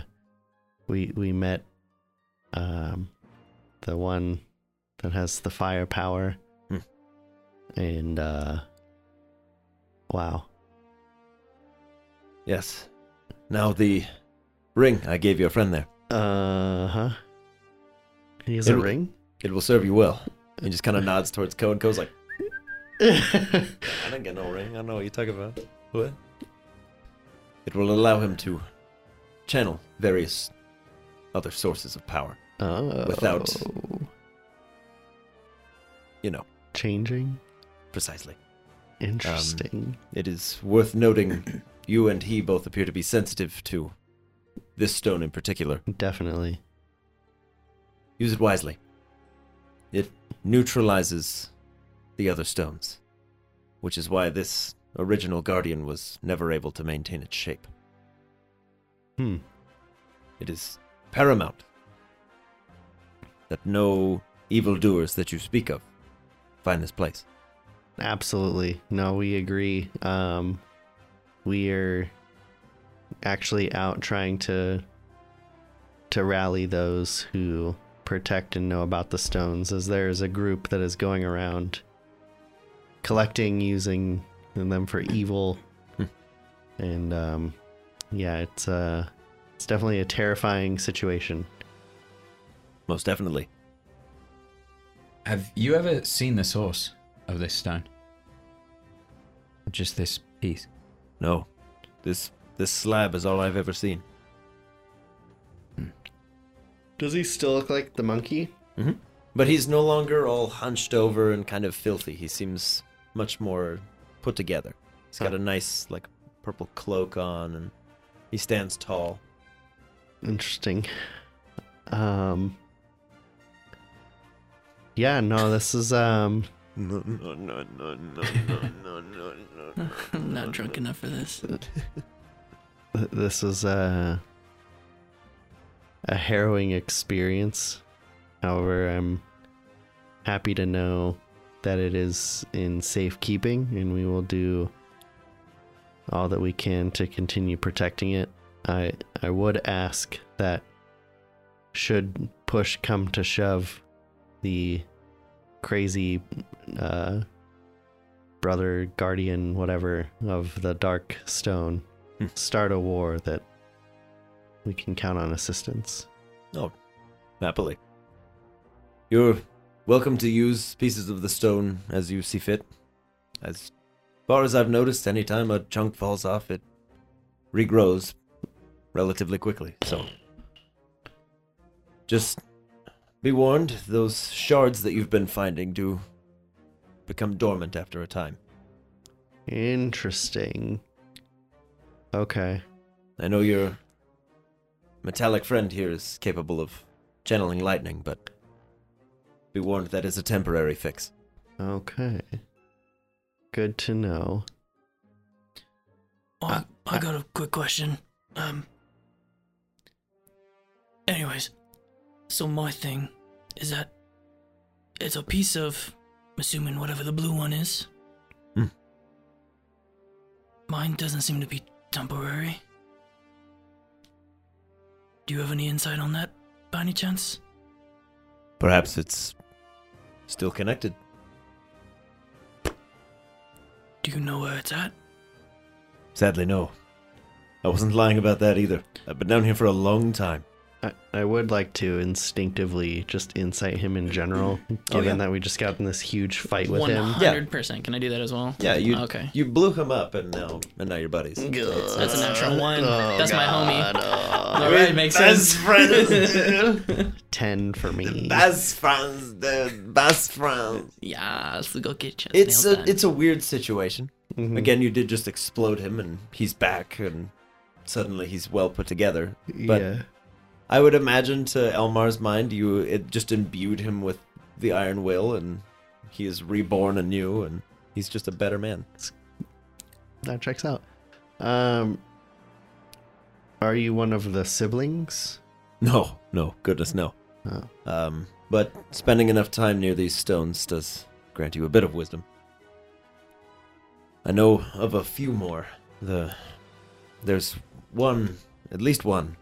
S5: we we met um, the one that has the firepower,
S2: Hmm.
S5: and uh, wow,
S2: Yes. Now the ring I gave your friend there.
S5: uh huh. He has a
S2: It-
S5: ring.
S2: It will serve you well. He just kind of nods towards Ko and Ko's like, I didn't get no ring. I don't know what you're talking about. What? It will allow him to channel various other sources of power
S5: oh,
S2: without, you know, Um,
S5: changing.
S2: precisely.
S5: Interesting.
S2: It is worth noting you and he both appear to be sensitive to this stone in particular.
S5: Definitely.
S2: Use it wisely. It neutralizes the other stones, which is why this original guardian was never able to maintain its shape.
S5: Hmm.
S2: It is paramount that no evildoers that you speak of find this place.
S5: Absolutely. No, we agree. Um, we are actually out trying to to rally those who protect and know about the stones, as there is a group that is going around collecting, using them for evil,
S2: Hmm.
S5: and um, yeah, it's uh, it's definitely a terrifying situation.
S2: Most definitely.
S6: have you ever seen the source of this stone? Or Just this piece.
S2: No. This this slab is all I've ever seen.
S5: Does he still look like the monkey?
S2: But he's no longer all hunched over and kind of filthy. He seems much more put together. He's got a nice, like, purple cloak on, and he stands tall.
S5: Interesting. Um Yeah, no, this is um
S2: No, no, no, no, no, no, no, no, no.
S4: I'm not drunk enough for this.
S5: th- this is a a harrowing experience. However, I'm happy to know that it is in safekeeping and we will do all that we can to continue protecting it. I I would ask that should push come to shove the crazy uh brother guardian whatever of the dark stone start a war that we can count on assistance.
S2: Oh, Happily. You're welcome to use pieces of the stone as you see fit. As far as I've noticed, anytime a chunk falls off, it regrows relatively quickly. So just be warned, those shards that you've been finding do become dormant after a time.
S5: Interesting. Okay.
S2: I know your metallic friend here is capable of channeling lightning, but be warned that is a temporary fix.
S5: Okay. Good to know. Uh,
S4: Oh, I, I got a quick question. Um. Anyways, so my thing is that it's a piece of, I'm assuming whatever the blue one is.
S1: Hmm.
S4: Mine doesn't seem to be temporary. Do you have any insight on that, by any chance?
S1: Perhaps it's still connected.
S4: Do you know where it's at?
S1: Sadly, no. I wasn't lying about that either. I've been down here for a long time.
S5: I, I would like to instinctively just insight him in general, given
S2: yeah.
S5: that we just got in this huge fight with
S4: One
S5: him.
S4: hundred percent. Can I do that as well?
S2: Yeah, you
S4: Okay.
S2: you blew him up and now and now you're buddies.
S4: That's
S5: uh,
S4: a natural one.
S5: oh,
S4: That's my homie.
S5: homie.
S4: All right, makes sense.
S5: Ten for me.
S2: Best friends, dude. Best friends.
S4: Yeah, let's go get you.
S2: It's a it's a weird situation.
S5: Mhm.
S2: Again, you did just explode him, and he's back, and suddenly he's well put together. But
S5: yeah.
S2: I would imagine, to Elmar's mind, you it just imbued him with the Iron Will, and he is reborn anew, and he's just a better man.
S5: that checks out. Um, are you one of the siblings?
S2: No, no, goodness, no.
S5: Oh.
S2: Um, but spending enough time near these stones does grant you a bit of wisdom. I know of a few more. The there's one, at least one,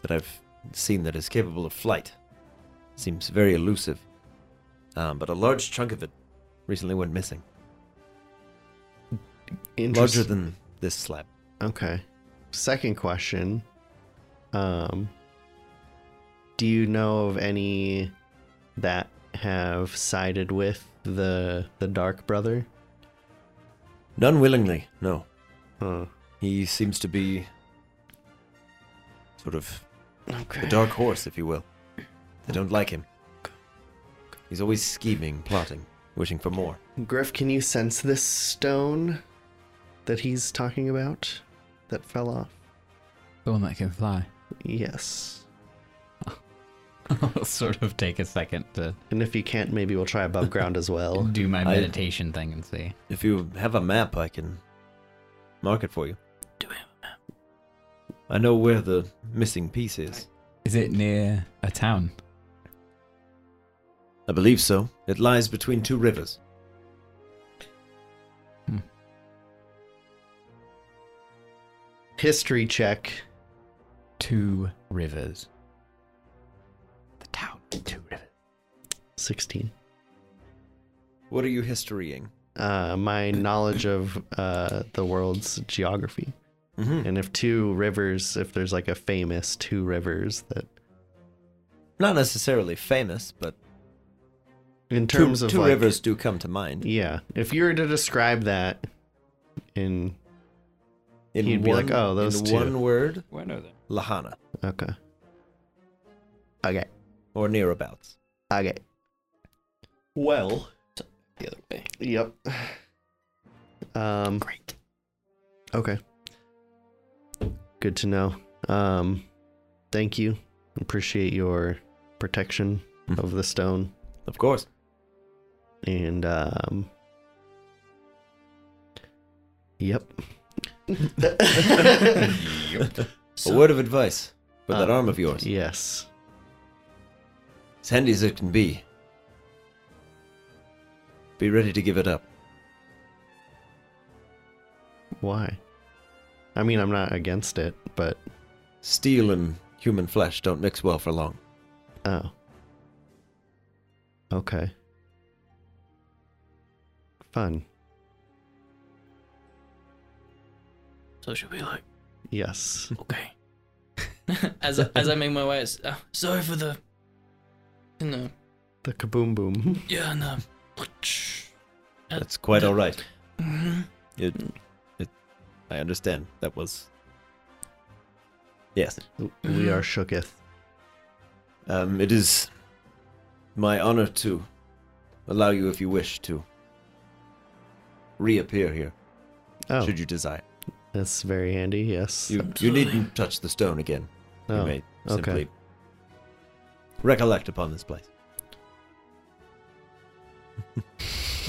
S2: that I've seen that is capable of flight. Seems very elusive. Um, but a large chunk of it recently went missing,
S5: Interest-
S2: larger than this slab.
S5: Okay. Second question. Um, do you know of any that have sided with the the Dark Brother?
S2: None willingly, no.
S5: Huh.
S2: He seems to be sort of
S5: Okay.
S2: the dark horse, if you will. They don't like him. He's always scheming, plotting, wishing for more.
S5: Griff, can you sense this stone that he's talking about that fell off?
S6: The one that can fly.
S5: Yes.
S3: I'll sort of take a second to
S5: And if you can't, maybe we'll try above ground as well.
S3: do my
S2: I-
S3: meditation thing and see.
S2: If you have a map, I can mark it for you.
S4: Do we have a map?
S2: I know where the missing piece is.
S6: Is it near a town?
S2: I believe so. It lies between two rivers.
S5: History check.
S6: Two rivers. The town. Two rivers.
S5: 16.
S2: What are you historying?
S5: Uh, my knowledge of uh, the world's geography.
S2: Mm-hmm.
S5: And if two rivers, if there's like a famous two rivers that,
S2: Not necessarily famous, but
S5: in
S2: two,
S5: terms of
S2: two
S5: like,
S2: rivers do come to mind.
S5: yeah, if you were to describe that in
S2: In
S5: He'd be like, "Oh, those
S2: in
S5: two."
S2: one word,
S6: Where are they?
S2: Lahana,
S5: okay, okay,
S2: or nearabouts.
S5: okay,
S2: Well,
S4: The other way.
S5: yep, um,
S4: Great.
S5: okay, good to know. Um, thank you, appreciate your protection
S2: Mhm.
S5: of the stone.
S2: of course.
S5: And um Yep.
S2: a word of advice for that
S5: Uh,
S2: arm of yours.
S5: yes.
S2: As handy as it can be. Be ready to give it up.
S5: Why? I mean, I'm not against it, but
S2: Steel and human flesh don't mix well for long.
S5: oh. Okay. Fun.
S4: So should we like?
S5: Yes.
S4: Okay. as I, as I make my way, it's, uh, sorry for the. No.
S5: The kaboom boom.
S4: Yeah, no.
S2: That's quite all right.
S4: Mhm.
S2: It, it, I understand. That was. Yes.
S5: We are shooketh.
S2: Um, it is my honor to allow you, if you wish, to reappear here,
S5: Oh,
S2: should you desire.
S5: that's very handy. Yes.
S2: You, you
S4: Absolutely.
S2: needn't touch the stone again.
S5: Oh,
S2: you may
S5: okay.
S2: simply recollect upon this place.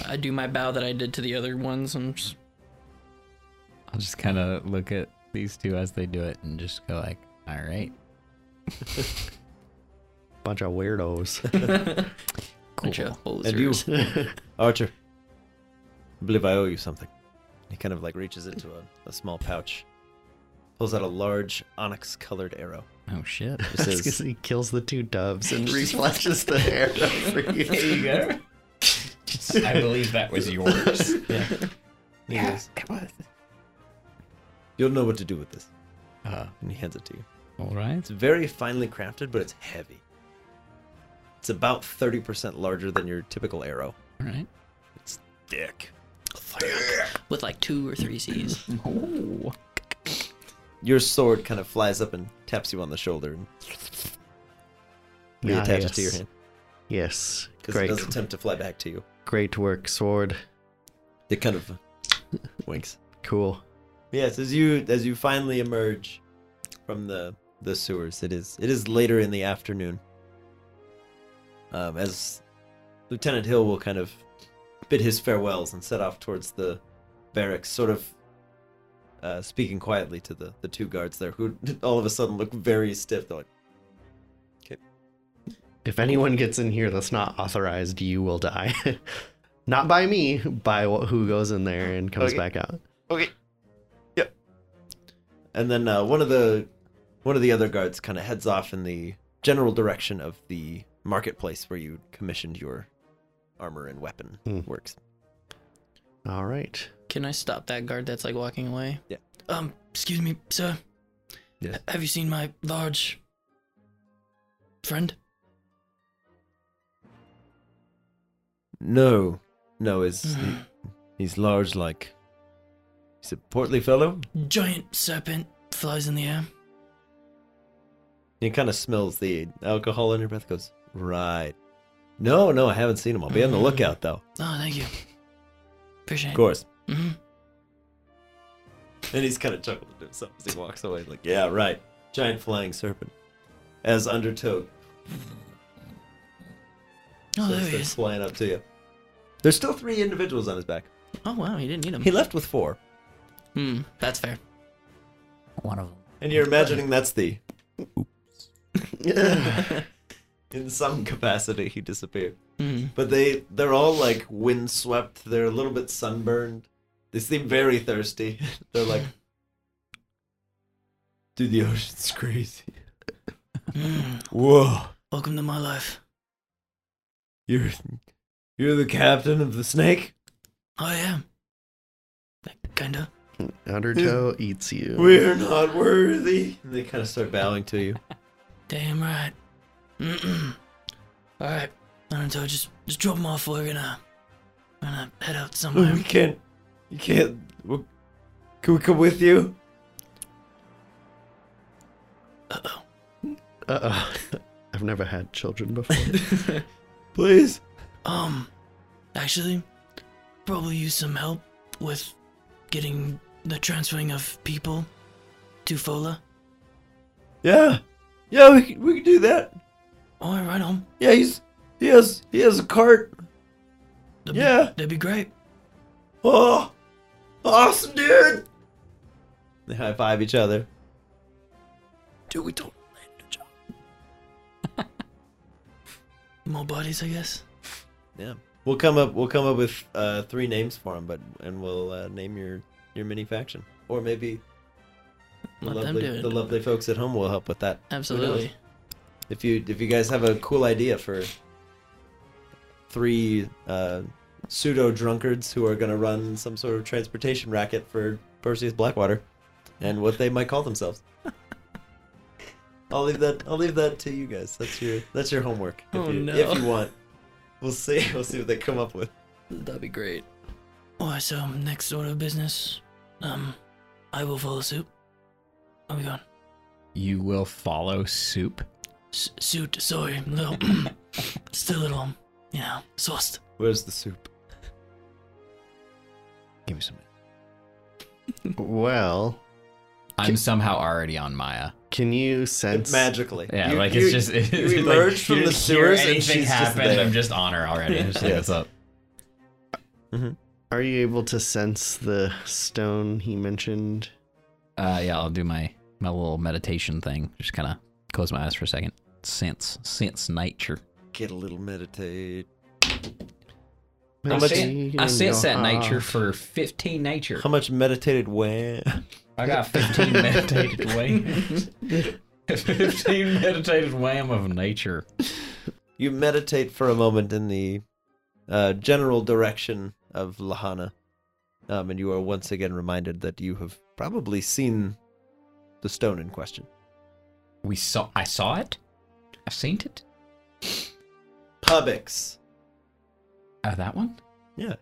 S4: I do my bow that I did to the other ones. I'm just,
S3: I'll just kind of look at these two as they do it and just go like, "All right,
S5: Bunch of weirdos.
S4: bunch of
S2: And you,
S4: posers.
S2: Archer, I believe I owe you something. He kind of like reaches into a, a small pouch, pulls out a large onyx colored arrow.
S3: oh shit."
S2: It
S5: That's 'cause
S2: says,
S5: he kills the two doves and reflashes the arrow for you.
S3: go. I believe that was yours.
S2: he goes, You'll know what to do with this.
S5: Uh-huh.
S3: Uh,
S2: And he hands it to you.
S3: all right.
S2: It's very finely crafted, but it's heavy. It's about 30% larger than your typical arrow.
S3: All right.
S2: Dick.
S4: With like two or three C's.
S2: Your sword kind of flies up and taps you on the shoulder and reattaches to your
S5: Ah, yes.
S2: hand.
S5: Yes.
S2: Because it
S5: Great.
S2: does attempt to fly back to you.
S5: Great work, sword.
S2: It kind of winks.
S5: Cool.
S2: Yes, as you as you finally emerge from the the sewers, it is it is later in the afternoon. Um, as Lieutenant Hill will kind of bid his farewells and set off towards the barracks, sort of uh, speaking quietly to the the two guards there, who all of a sudden look very stiff. They're like,
S5: If anyone gets in here that's not authorized, you will die. not by me, by wh- who goes in there and comes
S2: Okay.
S5: back out.
S2: and then uh, one of the one of the other guards kind of heads off in the general direction of the marketplace where you commissioned your armor and weapon
S5: Hmm.
S2: works.
S5: All right.
S4: Can I stop that guard that's like walking away?
S2: Yeah.
S4: Um, excuse me, sir.
S6: Yes.
S4: Have you seen my large friend?
S2: No, no, is he's large like. He's a portly fellow.
S4: Giant serpent flies in the air.
S2: He kind of smells the alcohol in your breath. Goes right. No, no, I haven't seen him. I'll be on the lookout though.
S4: Oh, thank you. Appreciate
S2: Of
S4: it.
S2: course.
S4: hmm
S2: And he's kind of chuckling to himself as he walks away. Like, yeah, right. Giant flying serpent. As undertow
S4: Oh, there
S2: starts
S4: he
S2: to
S4: is.
S2: flying up to you. There's still three individuals on his back.
S4: Oh, wow, he didn't need
S2: He
S4: him.
S2: left with four.
S4: Hmm, that's fair.
S9: One of them.
S2: And you're imagining that's the. In some capacity, he disappeared.
S4: Hmm.
S2: But they they're all like windswept. They're a little bit sunburned. They seem very thirsty. They're like, dude, the ocean's crazy.
S4: Hmm.
S2: Whoa,
S4: Welcome to my life.
S2: you're you're the captain of the snake.
S4: I am. Oh, Kinda.
S5: Undertow eats you.
S2: We're not worthy. And they kind of start bowing to you.
S4: Damn right. Mm-mm. All right, Naruto, just just drop them off. We're gonna we're gonna head out somewhere.
S2: We can't. You can't. w- Can we come with you?
S5: Uh oh. I've never had children before.
S2: Please.
S4: Um, actually, probably use some help with getting the transferring of people to Fola.
S2: Yeah. Yeah, we can, we can do that.
S4: All right, right on.
S2: Yeah, he's he has he has a cart.
S4: That'd
S2: Yeah.
S4: be, that'd be great.
S2: Oh, awesome, dude. They high five each other.
S4: Dude, we don't land a job. More bodies, I guess.
S2: Yeah, we'll come up. We'll come up with uh, three names for him, but and we'll uh, name your your mini faction, or maybe the
S4: Let
S2: lovely,
S4: them do
S2: the
S4: it.
S2: lovely folks at home will help with that.
S4: Absolutely.
S2: If you if you guys have a cool idea for three uh, pseudo drunkards who are going to run some sort of transportation racket for Perseus Blackwater, and what they might call themselves, I'll leave that I'll leave that to you guys. That's your that's your homework. If
S4: Oh,
S2: you,
S4: no.
S2: If you want, we'll see we'll see what they come up with.
S4: That'd be great. Alright, so next order of business. Um, I will follow suit. I'll be gone.
S3: You will follow soup.
S4: S- suit, sorry, I'm little. still at home. You know, sauced.
S2: Where's the soup?
S3: Give me some.
S5: well,
S3: I'm somehow already on Maya.
S5: can you sense
S2: magically.
S3: Yeah,
S2: You-
S3: like
S2: you-
S3: it's just it's
S2: you
S3: like,
S2: emerged from
S3: you
S2: the
S3: didn't hear
S2: sewers and
S3: anything
S2: she's just
S3: happened.
S2: there.
S3: I'm just on her already. I'm just like,
S2: Yes.
S3: what's up?
S2: Mhm.
S5: Are you able to sense the stone he mentioned?
S10: Uh, yeah, I'll do my my little meditation thing. Just kind of close my eyes for a second. Sense sense nature.
S2: Get a little meditate.
S10: I
S5: Let's
S10: sense,
S5: see,
S10: I sense that
S5: uh,
S10: nature for fifteen nature.
S2: How much meditated way?
S3: I got 15 meditated whams. 15 meditated wham of nature.
S2: You meditate for a moment in the uh, general direction of Lahana, um, and you are once again reminded that you have probably seen the stone in question.
S3: We saw. I saw it. I've seen it.
S2: Pubix.
S3: Oh, that one.
S2: Yeah.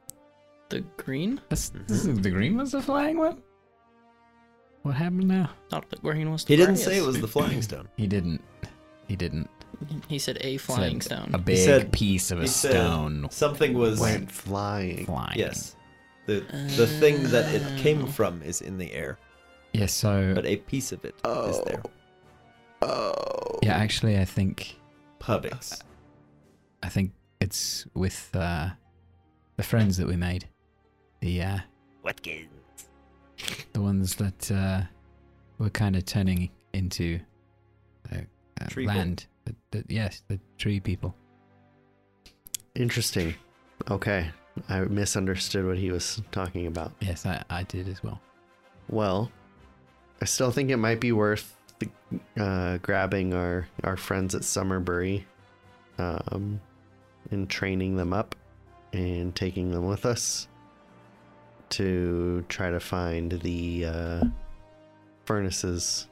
S4: The green?
S3: That's, this
S2: Mm-hmm.
S3: is the green was the flying one. What happened now?
S4: Not the green was the
S2: He didn't say it
S4: brightest.
S2: was the flying stone.
S3: He didn't. He didn't.
S4: He said a flying
S3: said
S4: stone.
S3: A big
S2: said-
S3: piece of a
S2: He said
S3: stone
S2: Something was.
S5: Went flying.
S3: flying.
S2: Yes. The, the thing that it came from is in the air,
S3: Yeah. So
S2: but a piece of it is there.
S3: yeah, actually, I think
S2: Pubix.
S3: I think it's with uh, the friends that we made. The uh,
S11: Watkins.
S3: the ones that uh, were kind of turning into uh, uh,
S2: Tree folk.
S3: land. The, the, yes, the tree people.
S5: Interesting. Okay. I misunderstood what he was talking about.
S3: Yes, I, I did as well.
S5: Well, I still think it might be worth uh, grabbing our, our friends at Summerbury um, and training them up and taking them with us to try to find the uh, furnaces.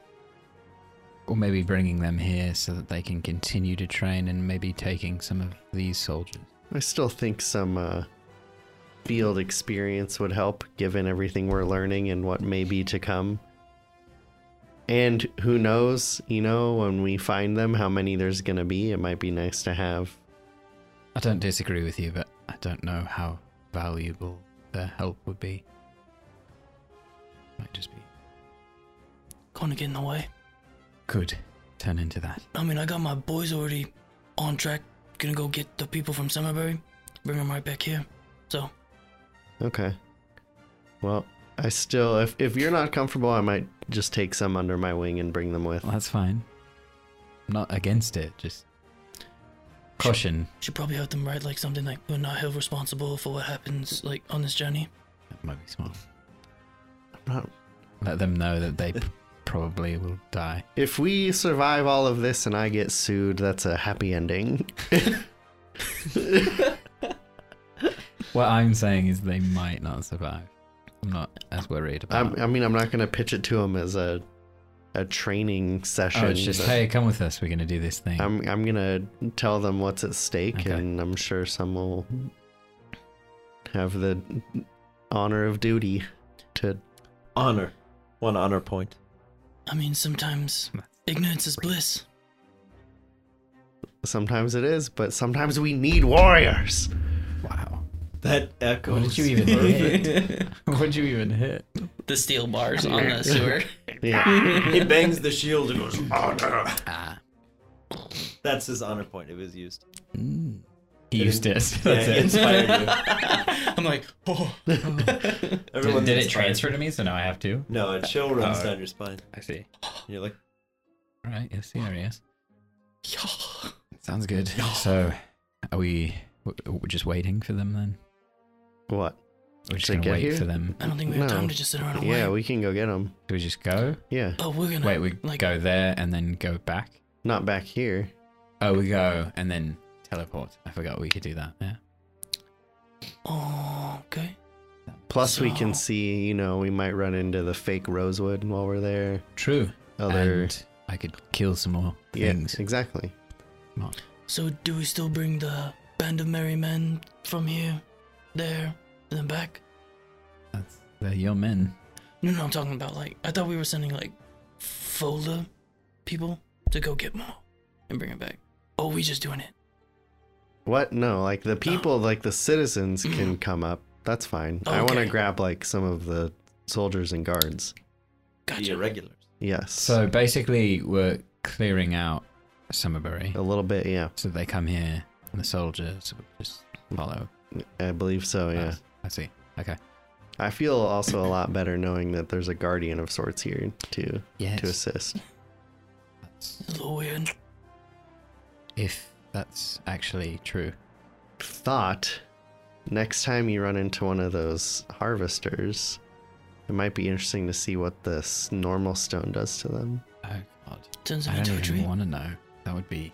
S3: Or maybe bringing them here so that they can continue to train and maybe taking some of these soldiers.
S5: I still think some uh, field experience would help, given everything we're learning and what may be to come. And who knows, you know, when we find them, how many there's going to be. It might be nice to have.
S3: I don't disagree with you, but I don't know how valuable their help would be. Might just be
S4: Gonna get in the way.
S3: could turn into that.
S4: I mean, I got my boys already on track. Gonna go get the people from Summerberry, bring them right back here. So,
S5: Okay. Well, I still, if, if you're not comfortable, I might just take some under my wing and bring them with.
S3: Well, that's fine. I'm not against it, just caution.
S4: should probably have them write like something like we're not held responsible for what happens like on this journey.
S3: That might be smart.
S5: not-
S3: Let them know that they p- probably will die.
S5: If we survive all of this and I get sued, that's a happy ending.
S3: What I'm saying is they might not survive. I'm not as worried about
S5: I'm, I mean, I'm not going to pitch it to them as a a training session.
S3: Oh, it's just,
S5: but-
S3: hey, come with us. We're going to do this thing.
S5: I'm I'm gonna tell them what's at stake,
S3: Okay.
S5: and I'm sure some will have the honor of duty to.
S2: Honor. One honor point.
S4: I mean, sometimes ignorance is bliss.
S5: Sometimes it is, but sometimes we need warriors.
S3: wow.
S2: That echoes.
S3: What did you even hit? what did you even hit?
S4: The steel bars on the sewer.
S5: Yeah,
S2: he bangs the shield and goes, honor.
S3: Ah.
S2: That's his honor point. It was used.
S3: He used it. That's
S2: Yeah,
S3: it.
S2: he inspired you.
S4: I'm like, oh,
S2: Everyone's
S3: Did it
S2: inspired.
S3: transfer to me? So now I have to?
S2: No, a chill runs
S3: Oh.
S2: down your spine.
S3: I see.
S2: You're like,
S3: All right. Yes, there he is. Sounds good. So, are we w- we're just waiting for them then?
S5: what?
S3: We're just
S5: To
S3: going to
S5: get
S3: wait
S5: here?
S3: for them.
S4: I don't think we have
S5: No.
S4: time to just sit around and
S5: Yeah,
S4: wait.
S5: we can go get them.
S3: Do we just go?
S5: Yeah,
S4: Oh, we're gonna
S3: Wait, we
S4: like
S3: go there and then go back?
S5: not back here.
S3: Oh, we go and then teleport. I forgot we could do that. Yeah.
S4: Oh, okay.
S5: Plus, we can
S4: So-
S5: see. You know, we might run into the fake rosewood while we're there.
S3: True.
S5: Other.
S3: And I could kill some more
S5: Oh, yeah,
S3: things.
S5: exactly.
S4: So do we still bring the band of merry men from here, there, and then back?
S3: That's, they're your men.
S4: No, no, I'm talking about like I thought we were sending like Fola people to go get more and bring it back. Oh, we just doing it.
S5: What? No, like the people, like the citizens can come up. That's fine. I want to
S4: Okay.
S5: grab like some of the soldiers and guards.
S2: the
S4: Gotcha.
S2: irregulars.
S5: Yes.
S3: So basically, we're clearing out Summerbury.
S5: a little bit, yeah.
S3: So they come here, and the soldiers will just follow.
S5: I believe so, Oh, yeah.
S3: us.
S12: I see. Okay.
S5: I feel also a lot better knowing that there's a guardian of sorts here to
S12: Yes.
S5: to assist.
S4: Lowin.
S12: If that's actually true.
S5: Thought next time you run into one of those harvesters, it might be interesting to see what this normal stone does to them.
S12: Oh god.
S4: Turns him
S12: I
S4: into
S12: don't
S4: a
S12: even
S4: tree.
S12: want to know. That would be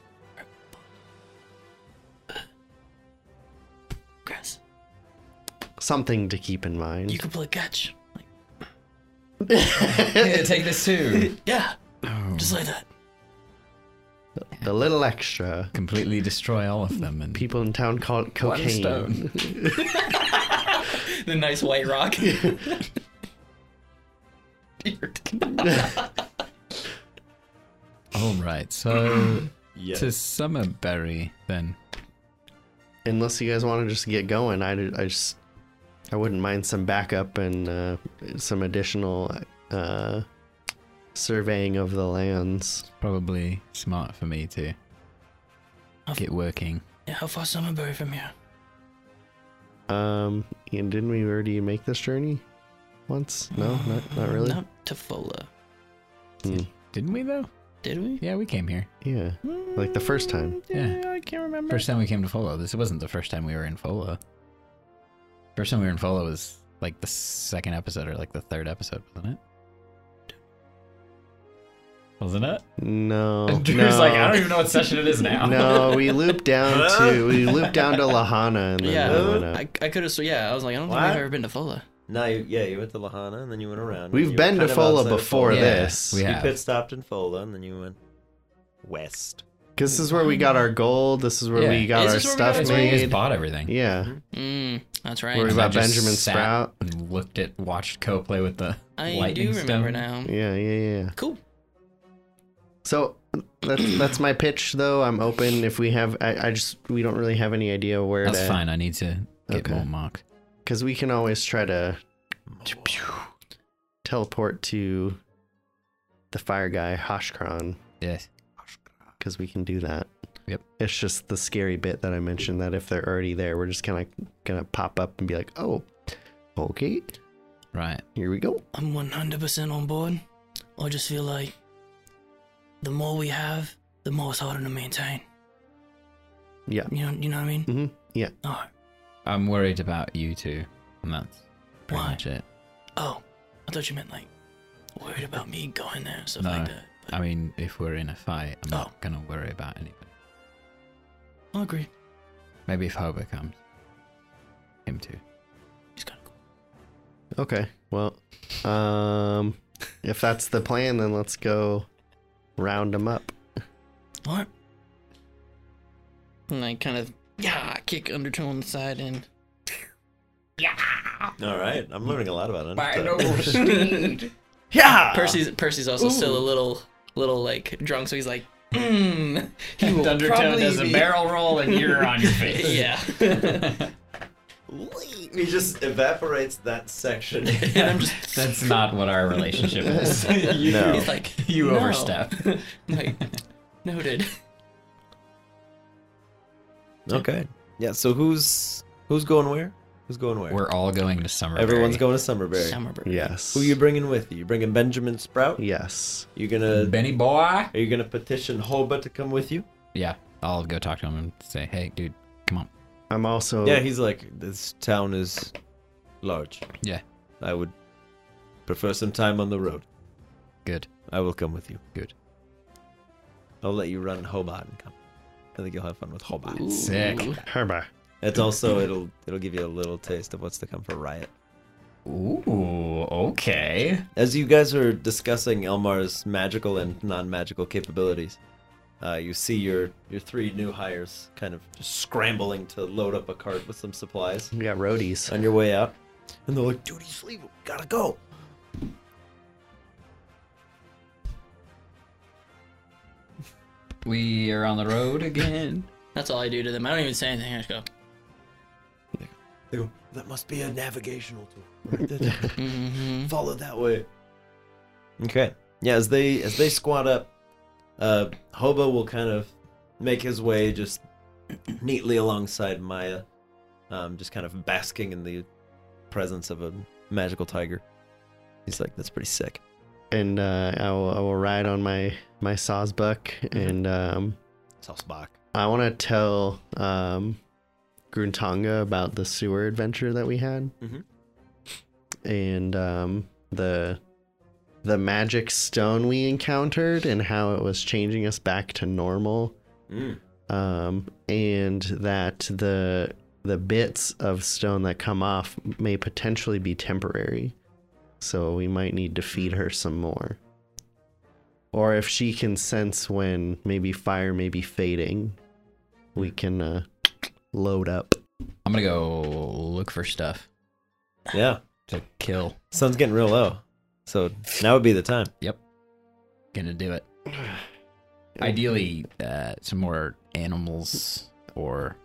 S4: Grass.
S5: Something to keep in mind.
S4: You can play catch.
S3: Here, take this too.
S4: Yeah. Just like that.
S5: the little extra.
S3: Completely destroy all of them and
S5: People in town call it
S3: one
S5: cocaine.
S3: stone.
S4: The nice white rock.
S3: All right. So
S2: Yes.
S3: to Summerberry then.
S5: Unless you guys want to just get going, I, I just I wouldn't mind some backup and uh, some additional uh, surveying of the lands.
S3: Probably smart for me to get working.
S4: yeah, how far Summerberry from here?
S5: Um, and didn't we already make this journey once? No, not,
S4: Mm,
S5: not really.
S4: Not to Fola.
S5: Hmm,
S3: Didn't we though?
S4: Did we?
S3: Yeah, we came here.
S5: Yeah, like the first time.
S3: Yeah.
S12: I can't remember.
S3: First time we came to Fola. This wasn't the first time we were in Fola. First time we were in Fola was like the second episode or like the third episode, wasn't it? Wasn't it?
S5: No,
S3: And Drew's like, I don't
S5: Oh, no.
S3: even know what session it is now.
S5: No, we looped down to we looped down to Lahana and then
S4: Yeah,
S5: we went up.
S4: I, I could have. So yeah, I was like, I don't think
S2: What?
S4: we've ever been to Fola.
S2: No, you, yeah, you went to Lahana and then you went around.
S5: We've
S2: You were
S5: been to
S2: kind of
S5: Fola
S2: outside of
S5: before
S2: Fola.
S3: Yeah,
S5: this.
S3: we
S2: You
S3: have.
S2: pit stopped in Fola and then you went west.
S5: Because this is where we got our gold. This is where
S3: Yeah.
S5: we got
S4: This
S5: our
S4: is where we
S5: stuff
S3: That's where you just
S5: made.
S3: bought everything.
S5: Yeah,
S4: Mm, that's right.
S5: Where we
S3: And
S5: bought
S3: I just
S5: Benjamin
S3: sat
S5: Sprout.
S3: And looked at, watched Co play with the
S4: I do
S3: lightning
S4: remember
S3: stone.
S4: now.
S5: yeah, yeah, yeah.
S4: Cool.
S5: So that's that's my pitch, though. I'm open. If we have, I, I just we don't really have any idea where
S3: That's
S5: to,
S3: fine. I need to get
S5: Okay.
S3: more marked.
S5: because we can always try to teleport to the fire guy Hoshkron
S3: Yes.
S5: because we can do that.
S3: Yep.
S5: It's just the scary bit that I mentioned that if they're already there, we're just kind of gonna pop up and be like, oh, okay,
S3: Right.
S5: here we go.
S4: I'm 100% on board. I just feel like the more we have, the more it's harder to maintain.
S5: Yeah.
S4: You know, you know what I mean?
S5: hmm Yeah.
S4: All right.
S3: I'm worried about you two, and that's pretty
S4: Why?
S3: much it.
S4: Oh, I thought you meant like worried about me going there and stuff
S3: No.
S4: like that. But
S3: I mean, if we're in a fight, I'm
S4: Oh.
S3: not gonna worry about anything.
S4: I agree.
S3: Maybe if Hoba comes, him too.
S4: He's kind of cool.
S5: Okay. Well, um, if that's the plan, then let's go round them up.
S4: All right. And I kind of yeah kick Undertow on the side and
S2: All right, I'm learning a lot about it.
S3: Ah.
S4: Percy's Percy's also still a little little like drunk, so he's like. Mm. He will probably be-
S3: roll, and you're on your face.
S4: Yeah.
S2: He just evaporates that section.
S4: and I'm just
S3: That's not what our relationship is.
S2: you,
S5: No.
S4: He's like,
S3: You
S4: "No."
S3: overstep.
S4: like, noted.
S2: Okay. Yeah. So who's who's going where? Who's going where?
S3: We're all going to summer.
S2: Everyone's going to Summerberry.
S4: Summerberry.
S5: Yes.
S2: Who you bringing with you? You bringing Benjamin Sprout?
S5: Yes.
S2: You gonna
S3: Benny boy.
S2: are you gonna petition Hoba to come with you?
S3: Yeah, I'll go talk to him and say, "Hey, dude, come on."
S5: I'm also.
S2: Yeah, he's like this town is large.
S3: Yeah,
S2: I would prefer some time on the road.
S3: good.
S2: I will come with you.
S3: Good.
S2: I'll let you run Hobart and come. I think you'll have fun with Hobart.
S3: Sick.
S5: Herba.
S2: It's also it'll it'll give you a little taste of what's to come for Riot.
S3: Ooh, okay.
S2: As you guys are discussing Elmar's magical and non-magical capabilities, uh, you see your your three new hires kind of scrambling to load up a cart with some supplies
S5: We got roadies.
S2: on your way out, and they're like, "Duty's legal, gotta go."
S3: We are on the road again.
S4: That's all I do to them. I don't even say anything. I just go.
S2: They go, "That must be a navigational tool. Write that down.
S3: Mm-hmm.
S2: Follow that way." Okay. Yeah. As they as they squat up, uh, Hoba will kind of make his way just neatly alongside Maya, um, just kind of basking in the presence of a magical tiger. He's like, that's pretty sick.
S5: and uh, I, will, I will ride on my my sawsbuck, and um,
S2: Saucebach.
S5: I want to tell um, Gruntonga about the sewer adventure that we had,
S2: Mhm.
S5: and um, the the magic stone we encountered, and how it was changing us back to normal,
S2: Mm.
S5: um, and that the the bits of stone that come off may potentially be temporary, so we might need to feed her some more. Or if she can sense when maybe fire may be fading, we can uh, load up.
S3: I'm gonna go look for stuff
S2: Yeah.
S3: to kill.
S2: Sun's getting real low. So now would be the time.
S3: Gonna do it. Ideally, uh, some more animals or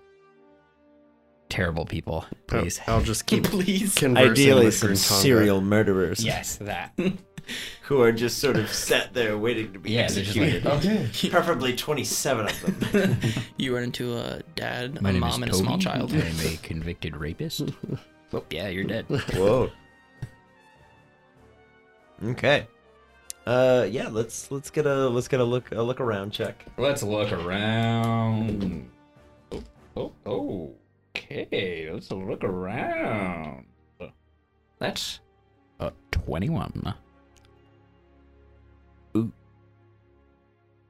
S3: terrible people,
S6: Oh,
S3: please.
S5: I'll just keep
S4: Please.
S5: conversing
S2: Ideally,
S5: with
S2: some
S5: Gruntonga.
S2: serial murderers.
S3: Yes, that.
S2: Who are just sort of sat there waiting to be
S3: Yeah, they're just like, "Oh,
S2: executed. Preferably 27 of them.
S4: you run into a dad,
S3: My
S4: a
S3: name
S4: mom, and
S3: is
S4: a small
S3: Toby.
S4: child.
S3: I'm a convicted rapist. oh, yeah, you're dead.
S2: Whoa. Okay. Uh, yeah. Let's let's get a let's get a look a look around check.
S6: Let's look around. Oh, oh, oh. Okay, let's look around.
S3: That's uh, 21.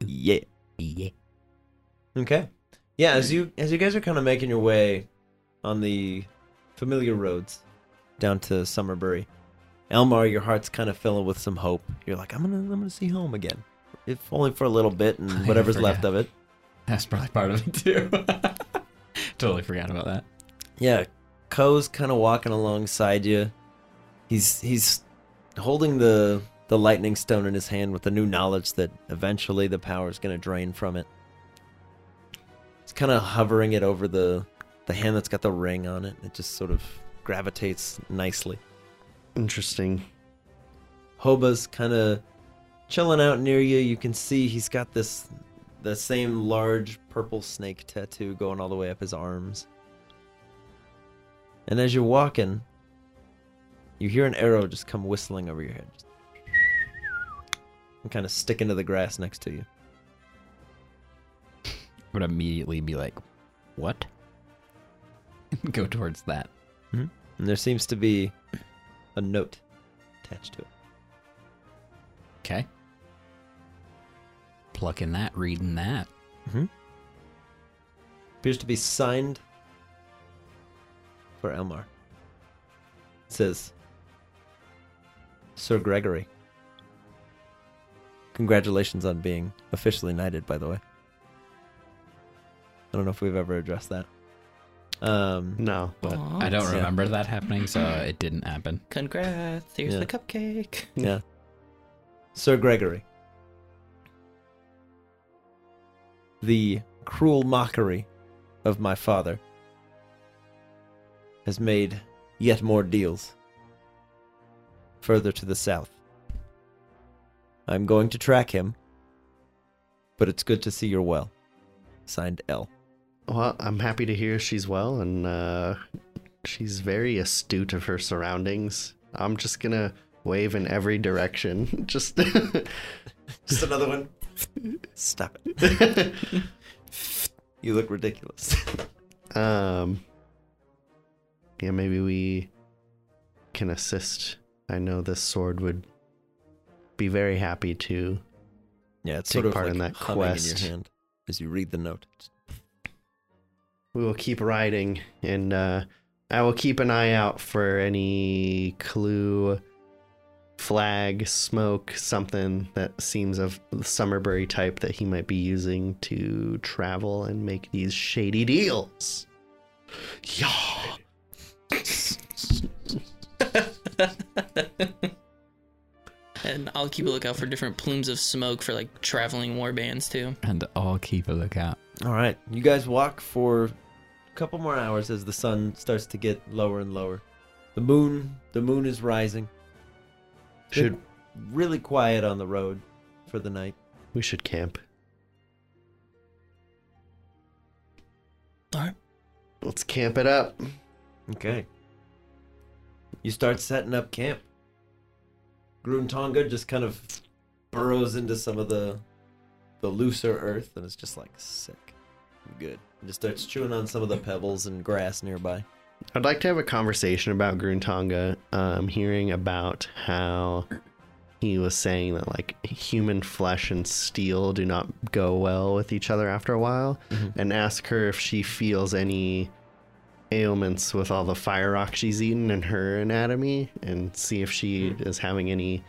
S2: Yeah.
S3: Yeah.
S2: Okay. Yeah. As you as you guys are kind of making your way on the familiar roads down to Summerbury, Elmar, your heart's kind of filling with some hope. You're like, I'm gonna I'm gonna see home again, if only for a little bit and
S6: I
S2: whatever's
S6: forgot.
S2: left of it.
S6: That's probably part of it too. totally forgot about that.
S2: Yeah, Ko's kind of walking alongside you. He's he's holding the the lightning stone in his hand with the new knowledge that eventually the power is going to drain from it. He's kind of hovering it over the the hand that's got the ring on it. It just sort of gravitates nicely.
S5: Interesting.
S2: Hoba's kind of chilling out near you. You can see he's got this the same large purple snake tattoo going all the way up his arms. And as you're walking, you hear an arrow just come whistling over your head. Just and kind of stick into the grass next to you.
S3: Would immediately be like, what? go towards that.
S2: And there seems to be a note attached to it.
S3: Okay. Plucking that, reading that.
S2: appears to be signed for Elmar. It says, Sir Gregory. Congratulations on being officially knighted, by the way. I don't know if we've ever addressed that. Um,
S5: No, but
S4: Aw,
S3: I don't
S2: Yeah.
S3: remember that happening, so it didn't happen.
S4: Congrats. Here's
S2: Yeah.
S4: the cupcake.
S2: yeah. Sir Gregory. The cruel mockery of my father has made yet more deals further to the south. I'm going to track him, but it's good to see you're well. Signed L.
S5: well, I'm happy to hear she's well, and uh, she's very astute of her surroundings. I'm just gonna wave in every direction. Just
S2: Just another one. Stop it. You look ridiculous.
S5: Um. Yeah, maybe we can assist. I know this sword would be very happy to.
S2: Yeah, it's
S5: Take
S2: sort of
S5: part
S2: like
S5: in that
S2: humming
S5: quest.
S2: in your hand as you read the note.
S5: We will keep riding, and uh, I will keep an eye out for any clue, flag, smoke, something that seems of the Summerbury type that he might be using to travel and make these shady deals. Yeah.
S4: And I'll keep a lookout for different plumes of smoke for like traveling war bands too.
S3: And I'll keep a lookout.
S2: All right, you guys walk for a couple more hours as the sun starts to get lower and lower. The moon, the moon is rising.
S5: Should
S2: Really quiet on the road for the night.
S5: we should camp?
S4: Alright.
S5: Let's camp it up.
S2: Okay. You start setting up camp. Gruntonga just kind of burrows into some of the the looser earth and it's just like sick. Good. And just starts chewing on some of the pebbles and grass nearby.
S5: I'd like to have a conversation about Gruntonga. Um, hearing about how he was saying that like human flesh and steel do not go well with each other after a while, and ask her if she feels any ailments with all the fire rock she's eaten in her anatomy, and see if she is having any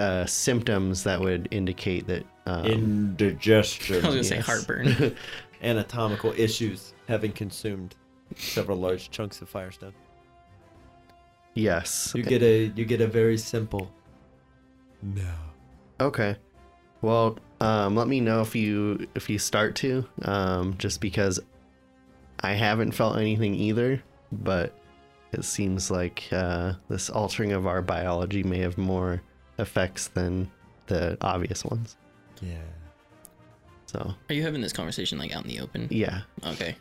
S5: uh, symptoms that would indicate that. Um,
S2: Indigestion.
S4: I was gonna say heartburn.
S2: Anatomical issues having consumed several large chunks of firestone.
S5: yes.
S2: You get a you get a very simple
S5: Okay. Well, um, let me know if you if you start to, um, just because I haven't felt anything either, but it seems like uh, this altering of our biology may have more effects than the obvious ones.
S2: Yeah.
S5: So
S4: Are you having this conversation like out in the open?
S5: yeah,
S4: Okay.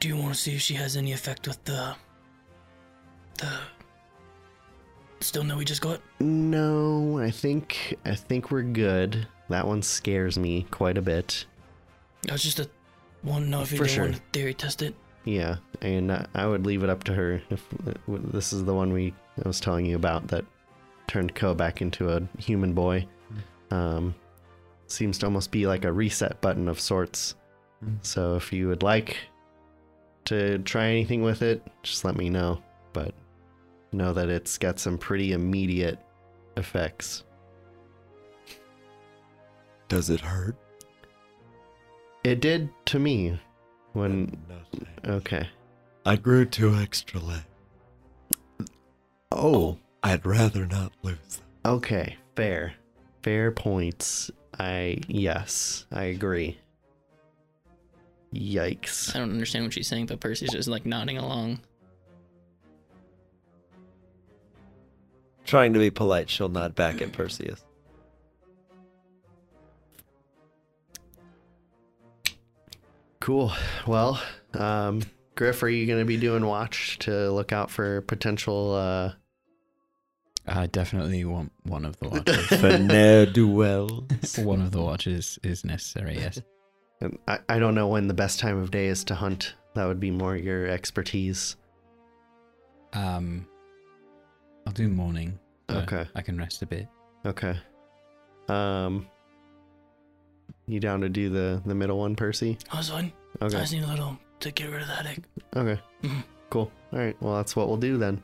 S4: Do you want to see if she has any effect with the the still no we just got?
S5: no, I think I think we're good. That one scares me quite a bit.
S4: I was just a want to know if
S5: For
S4: you
S5: sure.
S4: want to theory test it.
S5: Yeah, and I- I would leave it up to her if w- this is the one we I was telling you about that turned Ko back into a human boy. Um, seems to almost be like a reset button of sorts. So if you would like to try anything with it, just let me know. But know that it's got some pretty immediate effects.
S13: Does it hurt?
S5: It did to me when. Okay.
S13: I grew two extra legs.
S5: Oh.
S13: I'd rather not lose them.
S5: Okay, fair. Fair points. I yes, I agree. Yikes.
S4: I don't understand what she's saying, but Percy's just like nodding along.
S2: Trying to be polite, she'll nod back at Perseus.
S5: Cool. Well, um Griff, are you going to be doing watch to look out for potential uh
S3: I definitely want one of the watches.
S2: For ne'er do well.
S3: one of the watches is necessary. Yes.
S5: and I, I don't know when the best time of day is to hunt. That would be more your expertise.
S3: Um, I'll do morning. so
S5: Okay.
S3: I can rest a bit.
S5: Okay. Um you down to do the the middle one, Percy?
S4: I was fine. I
S5: Okay.
S4: just need a little to get rid of the headache.
S5: Okay.
S4: Mhm.
S5: Cool. All right. Well, that's what we'll do then.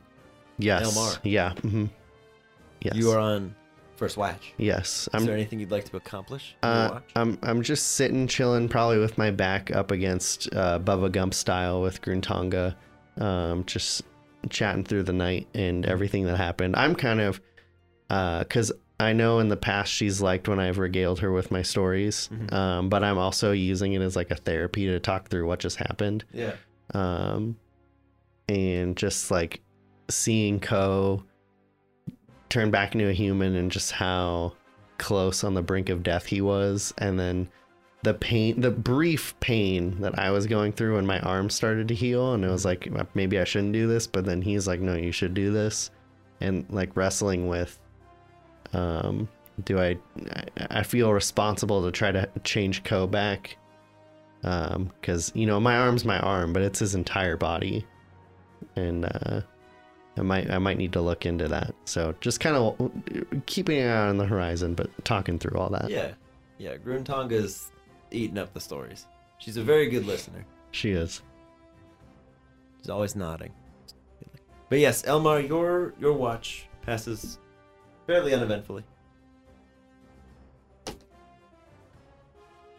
S5: Yes.
S2: Elmar.
S5: Yeah. hmm Yes.
S2: You are on first watch.
S5: Yes.
S2: Is
S5: I'm.
S2: there anything you'd like to accomplish? on your
S5: Uh,
S2: watch?
S5: I'm. I'm just sitting, chilling, probably with my back up against uh, Bubba Gump style with Gruntonga, um, just chatting through the night and
S2: Mm-hmm.
S5: everything that happened. I'm kind of, because I know in the past she's liked when I've regaled her with my stories,
S2: Mm-hmm.
S5: um, but I'm also using it as like a therapy to talk through what just happened.
S2: yeah.
S5: um, and just like seeing Ko turn back into a human and just how close on the brink of death he was, and then the pain, the brief pain that I was going through when my arm started to heal, and it was like "Uh, maybe I shouldn't do this, but then he's like, no, you should do this, and like wrestling with, um, do I? I- I feel responsible to try to change Ko back um because you know my arm's my arm but it's his entire body and uh i might i might need to look into that so just kind of keeping an eye on the horizon but talking through all that
S2: Yeah. Yeah. Gruntonga's eating up the stories. She's a very good listener.
S5: she is
S2: She's always nodding. But yes, Elmar, your your watch passes fairly uneventfully.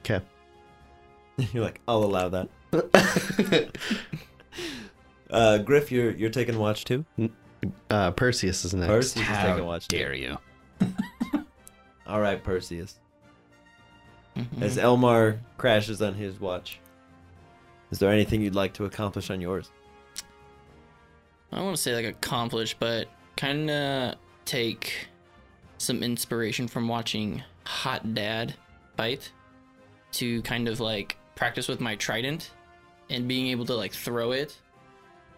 S5: okay
S2: You're like, I'll allow that. uh, Griff, you're you're taking watch too.
S5: uh perseus is next
S2: Perseus is taking watch too.
S3: dare you?
S2: All right, Perseus.
S4: Mm-hmm.
S2: As Elmar crashes on his watch, is there anything you'd like to accomplish on yours?
S4: I don't want to say like accomplished, but kind of take some inspiration from watching Hot Dad Bite to kind of like practice with my trident and being able to like throw it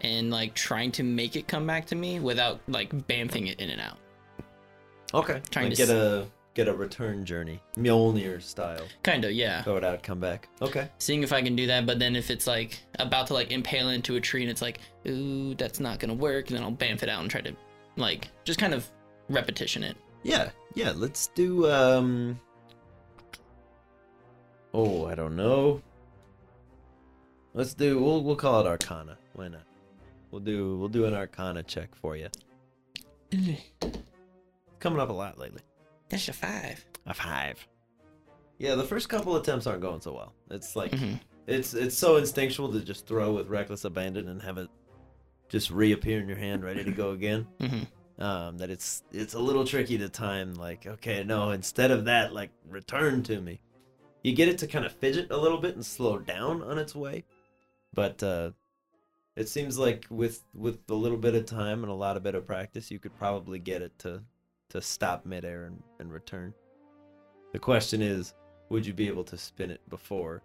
S4: and like trying to make it come back to me without like bamfing it in and out.
S2: Okay.
S4: Trying
S2: Like
S4: to
S2: get a get a return journey, Mjolnir style.
S4: Kind of, yeah.
S2: Throw it out, come back. Okay.
S4: Seeing if I can do that, but then if it's like about to like impale into a tree and it's like, ooh, that's not gonna work, and then I'll bamf it out and try to like just kind of repetition it.
S2: Yeah, yeah. Let's do. um Oh, I don't know. Let's do. We'll we'll call it Arcana. Why not? We'll do. We'll do an Arcana check for you. Coming up a lot lately.
S4: That's a five.
S2: A five. Yeah, the first couple attempts aren't going so well. It's like it's it's so instinctual to just throw with reckless abandon and have it just reappear in your hand, ready to go again.
S4: Mhm.
S2: Um, that it's it's a little tricky to time. Like, okay, no, instead of that, like return to me. You get it to kind of fidget a little bit and slow down on its way, but uh, it seems like with with a little bit of time and a lot of bit of practice, you could probably get it to to stop midair and, and return. The question is, would you be able to spin it before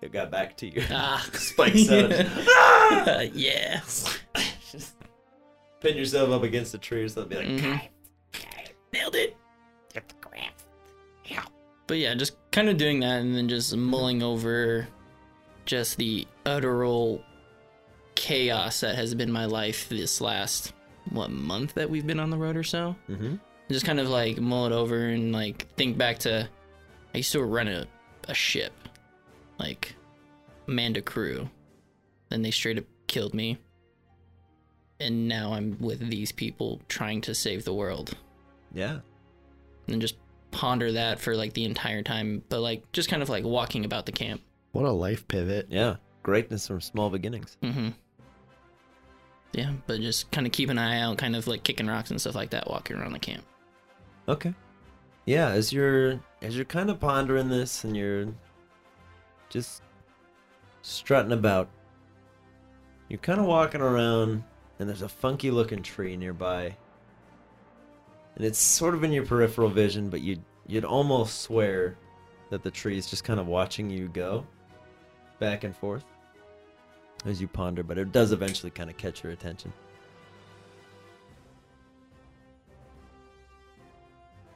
S2: it got back to you?
S4: Ah.
S2: Spikes out.
S4: Uh, yes.
S2: Pin yourself up against a tree or something. Be like,
S4: Mhm. Nailed it. But yeah, just kind of doing that and then just mulling over just the utteral chaos that has been my life this last, what, month that we've been on the road or so?
S2: mm-hmm.
S4: Just kind of like mull it over and like think back to I used to run a, a ship, like Amanda Crew. Then they straight up killed me. And now I'm with these people trying to save the world
S2: yeah.
S4: and just ponder that for like the entire time, but like just kind of like walking about the camp.
S5: What a life pivot.
S2: Yeah. Greatness from small beginnings.
S4: hmm Yeah, but just kind of keep an eye out, kind of like kicking rocks and stuff like that, walking around the camp.
S2: Okay. Yeah, as you're as you're kind of pondering this and you're just strutting about, you're kind of walking around and there's a funky looking tree nearby. And it's sort of in your peripheral vision, but you would you'd almost swear that the tree is just kind of watching you go back and forth as you ponder, but it does eventually kind of catch your attention.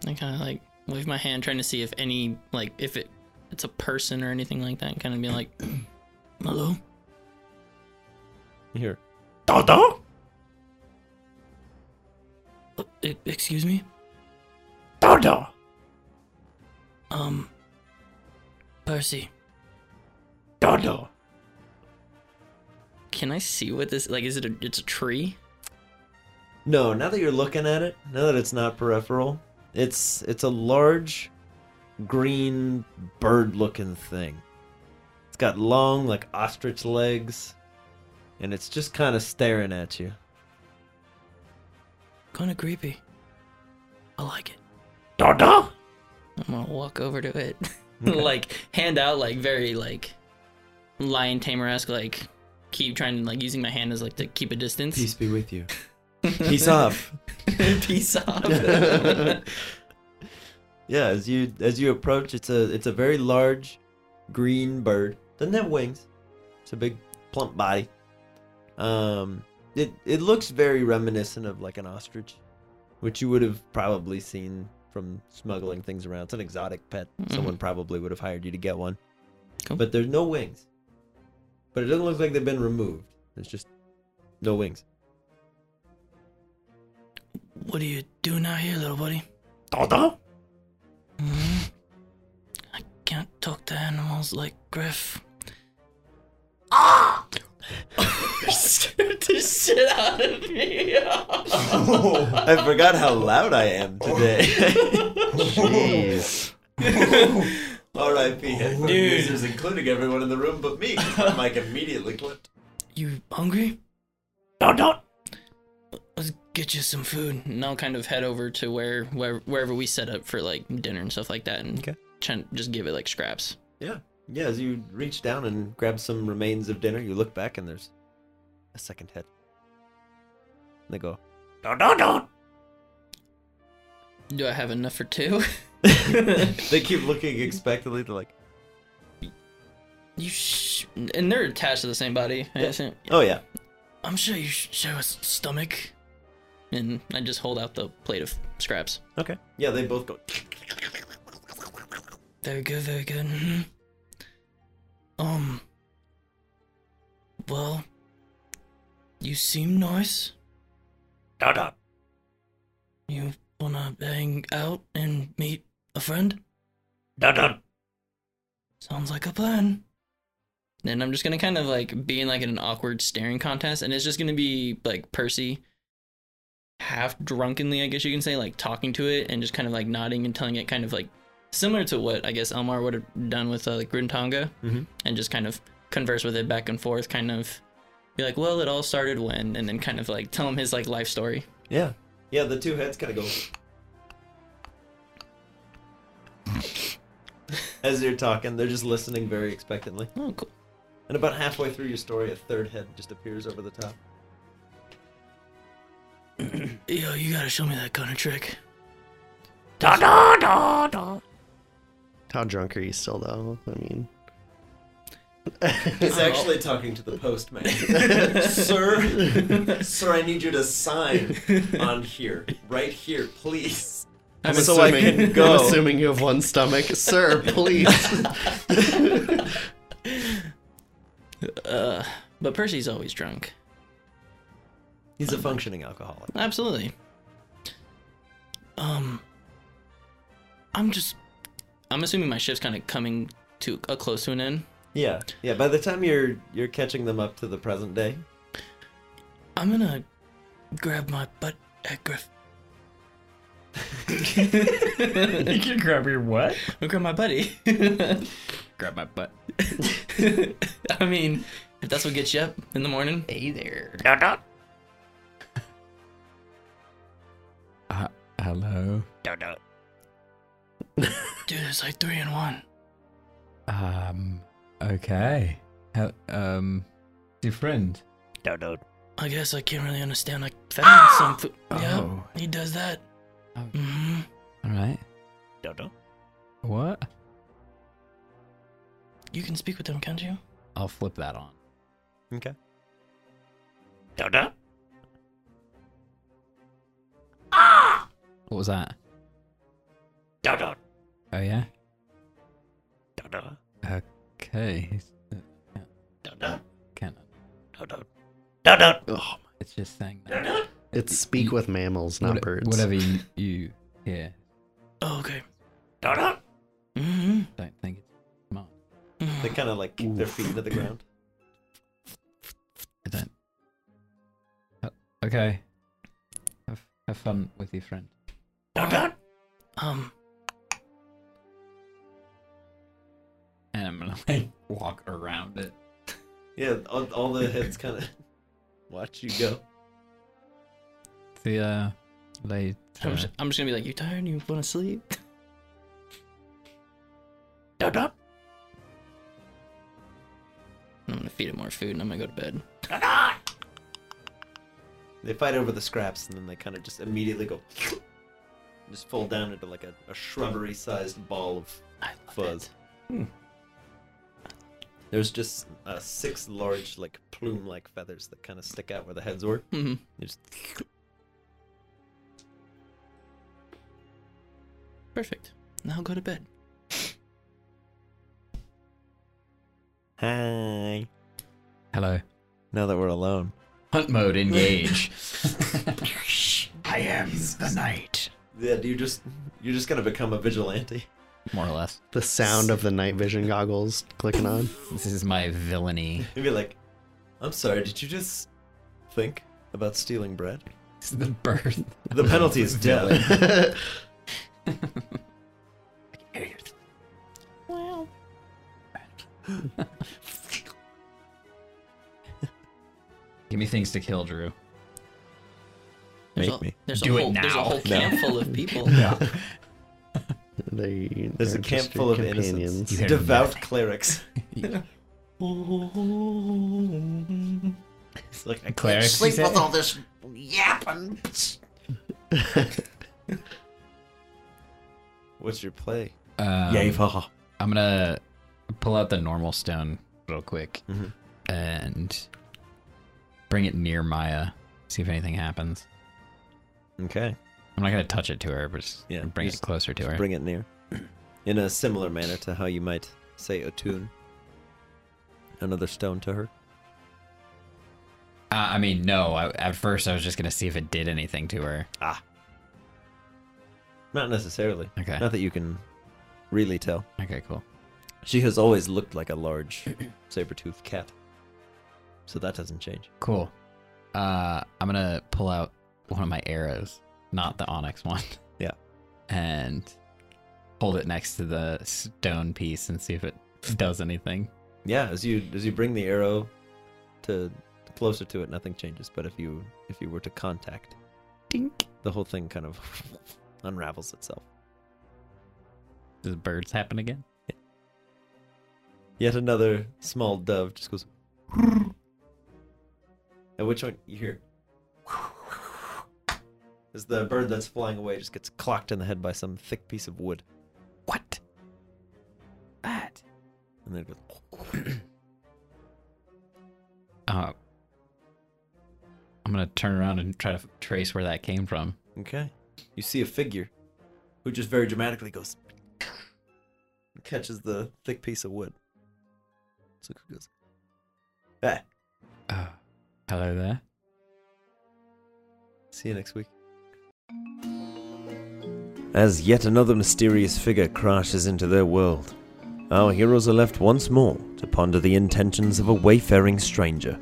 S4: I kind of like wave my hand, trying to see if any like if it it's a person or anything like that, and kind of be like, "Hello."
S2: You hear
S4: Dodo? Uh, e-, Excuse me? Dodo! Um. Percy. Dodo! Can I see what this like? Is it a? It's a tree.
S2: No, now that you're looking at it, now that it's not peripheral, it's it's a large green bird-looking thing. It's got long like ostrich legs and it's just kind of staring at you.
S4: Kind of creepy. I like it.
S2: Dodo?
S4: I'm gonna walk over to it, like hand out like very like lion tamer esque like keep trying to like using my hand as like to keep a distance.
S2: Peace be with you. Peace off.
S4: Peace off.
S2: Yeah, as you as you approach, it's a it's a very large green bird. Doesn't have wings. It's a big plump body. Um, it it looks very reminiscent of like an ostrich, which you would have probably seen from smuggling things around. It's an exotic pet. Someone probably would have hired you to get one.
S4: Cool.
S2: But there's no wings. But it doesn't look like they've been removed. There's just no wings.
S4: What are you doing out here, little buddy?
S2: Dodo?
S4: Mhm. I can't talk to animals like Griff. Ah! Scared the shit out of me.
S2: I forgot how loud I am today.
S5: Jeez.
S2: R.I.P. headphone users, including everyone in the room but me. My mic immediately clipped.
S4: you hungry?
S1: No, no.
S4: Let's get you some food. And I'll kind of head over to where, where wherever we set up for like dinner and stuff like that, and
S2: Okay.
S4: try- just give it like scraps.
S2: Yeah, yeah. As you reach down and grab some remains of dinner, you look back and there's a second head. And they go,
S1: No, no, no.
S4: Do I have enough for two?
S2: they keep looking expectantly. They're like,
S4: you sh- and they're attached to the same body. I assume.
S2: oh yeah,
S4: I'm sure you should show us stomach. And I just hold out the plate of scraps.
S1: Okay.
S2: Yeah, they both go.
S4: Very good, very good. mhm. Um. Well, you seem nice.
S1: Shut up.
S4: You wanna hang out and meet a friend?
S1: Shut up.
S4: Sounds like a plan. And I'm just gonna kind of like be in like an awkward staring contest, and it's just gonna be like Percy, half drunkenly, I guess you can say, like talking to it and just kind of like nodding and telling it, kind of like similar to what I guess Elmar would have done with uh, like Gruntonga,
S2: Mhm.
S4: and just kind of converse with it back and forth, kind of be like, well, it all started when, and then kind of like tell him his like life story.
S2: Yeah. Yeah, the two heads kind of go. As you're talking, they're just listening very expectantly.
S4: Oh, cool.
S2: And about halfway through your story, a third head just appears over the top.
S4: Yo, you gotta show me that kind of trick.
S9: Da da da da.
S5: How drunk are you still, though? I mean,
S2: He's actually talking to the postman. sir, sir, I need you to sign on here, right here, please.
S5: I'm
S2: So I
S5: assuming-
S2: can go.
S5: I'm assuming you have one stomach, sir. Please.
S4: Uh, but Percy's always drunk.
S2: He's a functioning alcoholic.
S4: Absolutely. Um, I'm just, I'm assuming my shift's kind of coming to a close to an end.
S2: Yeah, yeah. By the time you're you're catching them up to the present day,
S4: I'm gonna grab my butt at Griff.
S7: You can grab your what?
S4: I'll grab my buddy.
S3: Grab my butt.
S4: I mean, if that's what gets you up in the morning.
S3: Hey there.
S9: Da da
S6: Uh, hello.
S9: da da.
S4: Dude, it's like three and one.
S6: Um. Okay. Hel- um. Your friend.
S9: Da da.
S4: I guess I can't really understand like found
S3: Ah!
S4: some food. Yeah,
S6: Oh.
S4: he does that.
S6: Oh.
S4: hmm
S6: All right.
S9: Da da.
S6: What?
S4: You can speak with him, can't you?
S3: I'll flip that on.
S2: okay.
S9: Da da.
S3: What was that?
S9: Da da.
S6: Oh yeah.
S9: Da da.
S6: Okay. He's-
S9: Da da.
S6: Can't.
S9: Da da. Da da.
S6: It's just saying that.
S5: it's speak with mammals, not
S6: What-
S5: birds.
S6: Whatever you, you hear,
S4: Oh, okay.
S9: Da da.
S4: hmm
S6: don't think it's smart.
S2: They kind of like kick their feet into the ground.
S6: I don't.
S3: Oh,
S6: Uh, okay. Have have fun with your friend.
S9: Da da.
S4: Um,
S3: And I'm gonna like walk around it.
S2: Yeah, all, all the heads kind of watch you go.
S6: See ya later.
S4: I'm, just, I'm just gonna be like, you tired? You want to sleep?
S9: Da da.
S4: I'm gonna feed it more food and I'm gonna go to bed.
S2: They fight over the scraps and then they kind of just immediately go, just fold down into like a, a shrubbery-sized ball of
S4: I love
S2: fuzz.
S4: it.
S2: There's just uh, six large like plume-like feathers that kind of stick out where the heads were.
S4: Mhm.
S2: They just
S4: Perfect. Now go to bed.
S2: hi.
S6: Hello.
S2: Now that we're alone,
S3: Hunt mode engage.
S7: I am the knight.
S2: yeah, do you just you're just gonna become a vigilante.
S3: More or less.
S5: the sound of the night vision goggles clicking on.
S3: This is my villainy.
S2: You'd be like, I'm sorry, did you just think about stealing bread?
S3: It's the birth.
S2: The penalty is death.
S3: Give me things to kill, Drew.
S4: There's
S2: Make
S4: a,
S2: me.
S4: There's
S3: Do
S4: a
S3: it
S4: whole, There's a
S3: now.
S4: whole camp full of people.
S5: They,
S2: There's a
S5: they're
S2: camp
S5: just your
S2: full of
S5: companions.
S2: innocents,
S3: You hear
S2: devout clerics. It's like I
S3: Cleric.
S8: Sleep with
S3: Um,
S8: all this yapping.
S2: What's your play?
S3: Um,
S2: haha.
S3: I'm gonna
S2: Mm-hmm.
S3: pull out the normal stone real quick
S2: Mhm.
S3: and bring it near Maya. See if anything happens.
S2: Okay.
S3: I'm not gonna touch it to her, but just
S2: Yeah,
S3: bring
S2: just-
S3: it closer to
S2: just
S3: her.
S2: Bring it near. In a similar manner to how you might say attune another stone to her.
S3: Uh, I mean, no. I, at first, I was just gonna see if it did anything to her.
S2: Ah. Not necessarily.
S3: Okay.
S2: Not that you can really tell.
S3: Okay, cool.
S2: She has always looked like a large saber-toothed cat. So that doesn't change.
S3: Cool. Uh, I'm gonna pull out one of my arrows, not the onyx one.
S2: Yeah.
S3: And hold it next to the stone piece and see if it does anything.
S2: Yeah, as you as you bring the arrow to closer to it, nothing changes. But if you if you were to contact, the whole thing kind of unravels itself.
S3: Does birds happen again?
S2: Yet another small dove just goes. At which one you hear? As the bird that's flying away just gets clocked in the head by some thick piece of wood,
S3: What? That.
S2: and then it goes.
S3: Uh, I'm gonna turn around and try to f- trace where that came from.
S2: Okay. You see a figure who just very dramatically goes and catches the thick piece of wood. So it goes, ah,
S3: Uh, hello there.
S2: see you next week. As yet another mysterious figure crashes into their world, our heroes are left once more to ponder the intentions of a wayfaring stranger.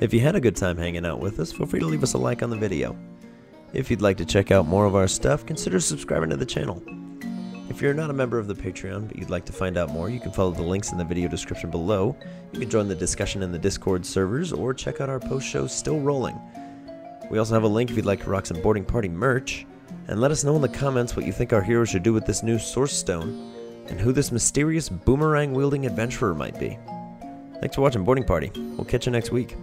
S2: If you had a good time hanging out with us, feel free to leave us a like on the video. If you'd like to check out more of our stuff, consider subscribing to the channel. If you're not a member of the Patreon but you'd like to find out more, you can follow the links in the video description below. You can join the discussion in the Discord servers or check out our post show Still Rolling. We also have a link if you'd like to rock some boarding party merch. And let us know in the comments what you think our hero should do with this new source stone and who this mysterious boomerang wielding adventurer might be. Thanks for watching Boarding Party. We'll catch you next week.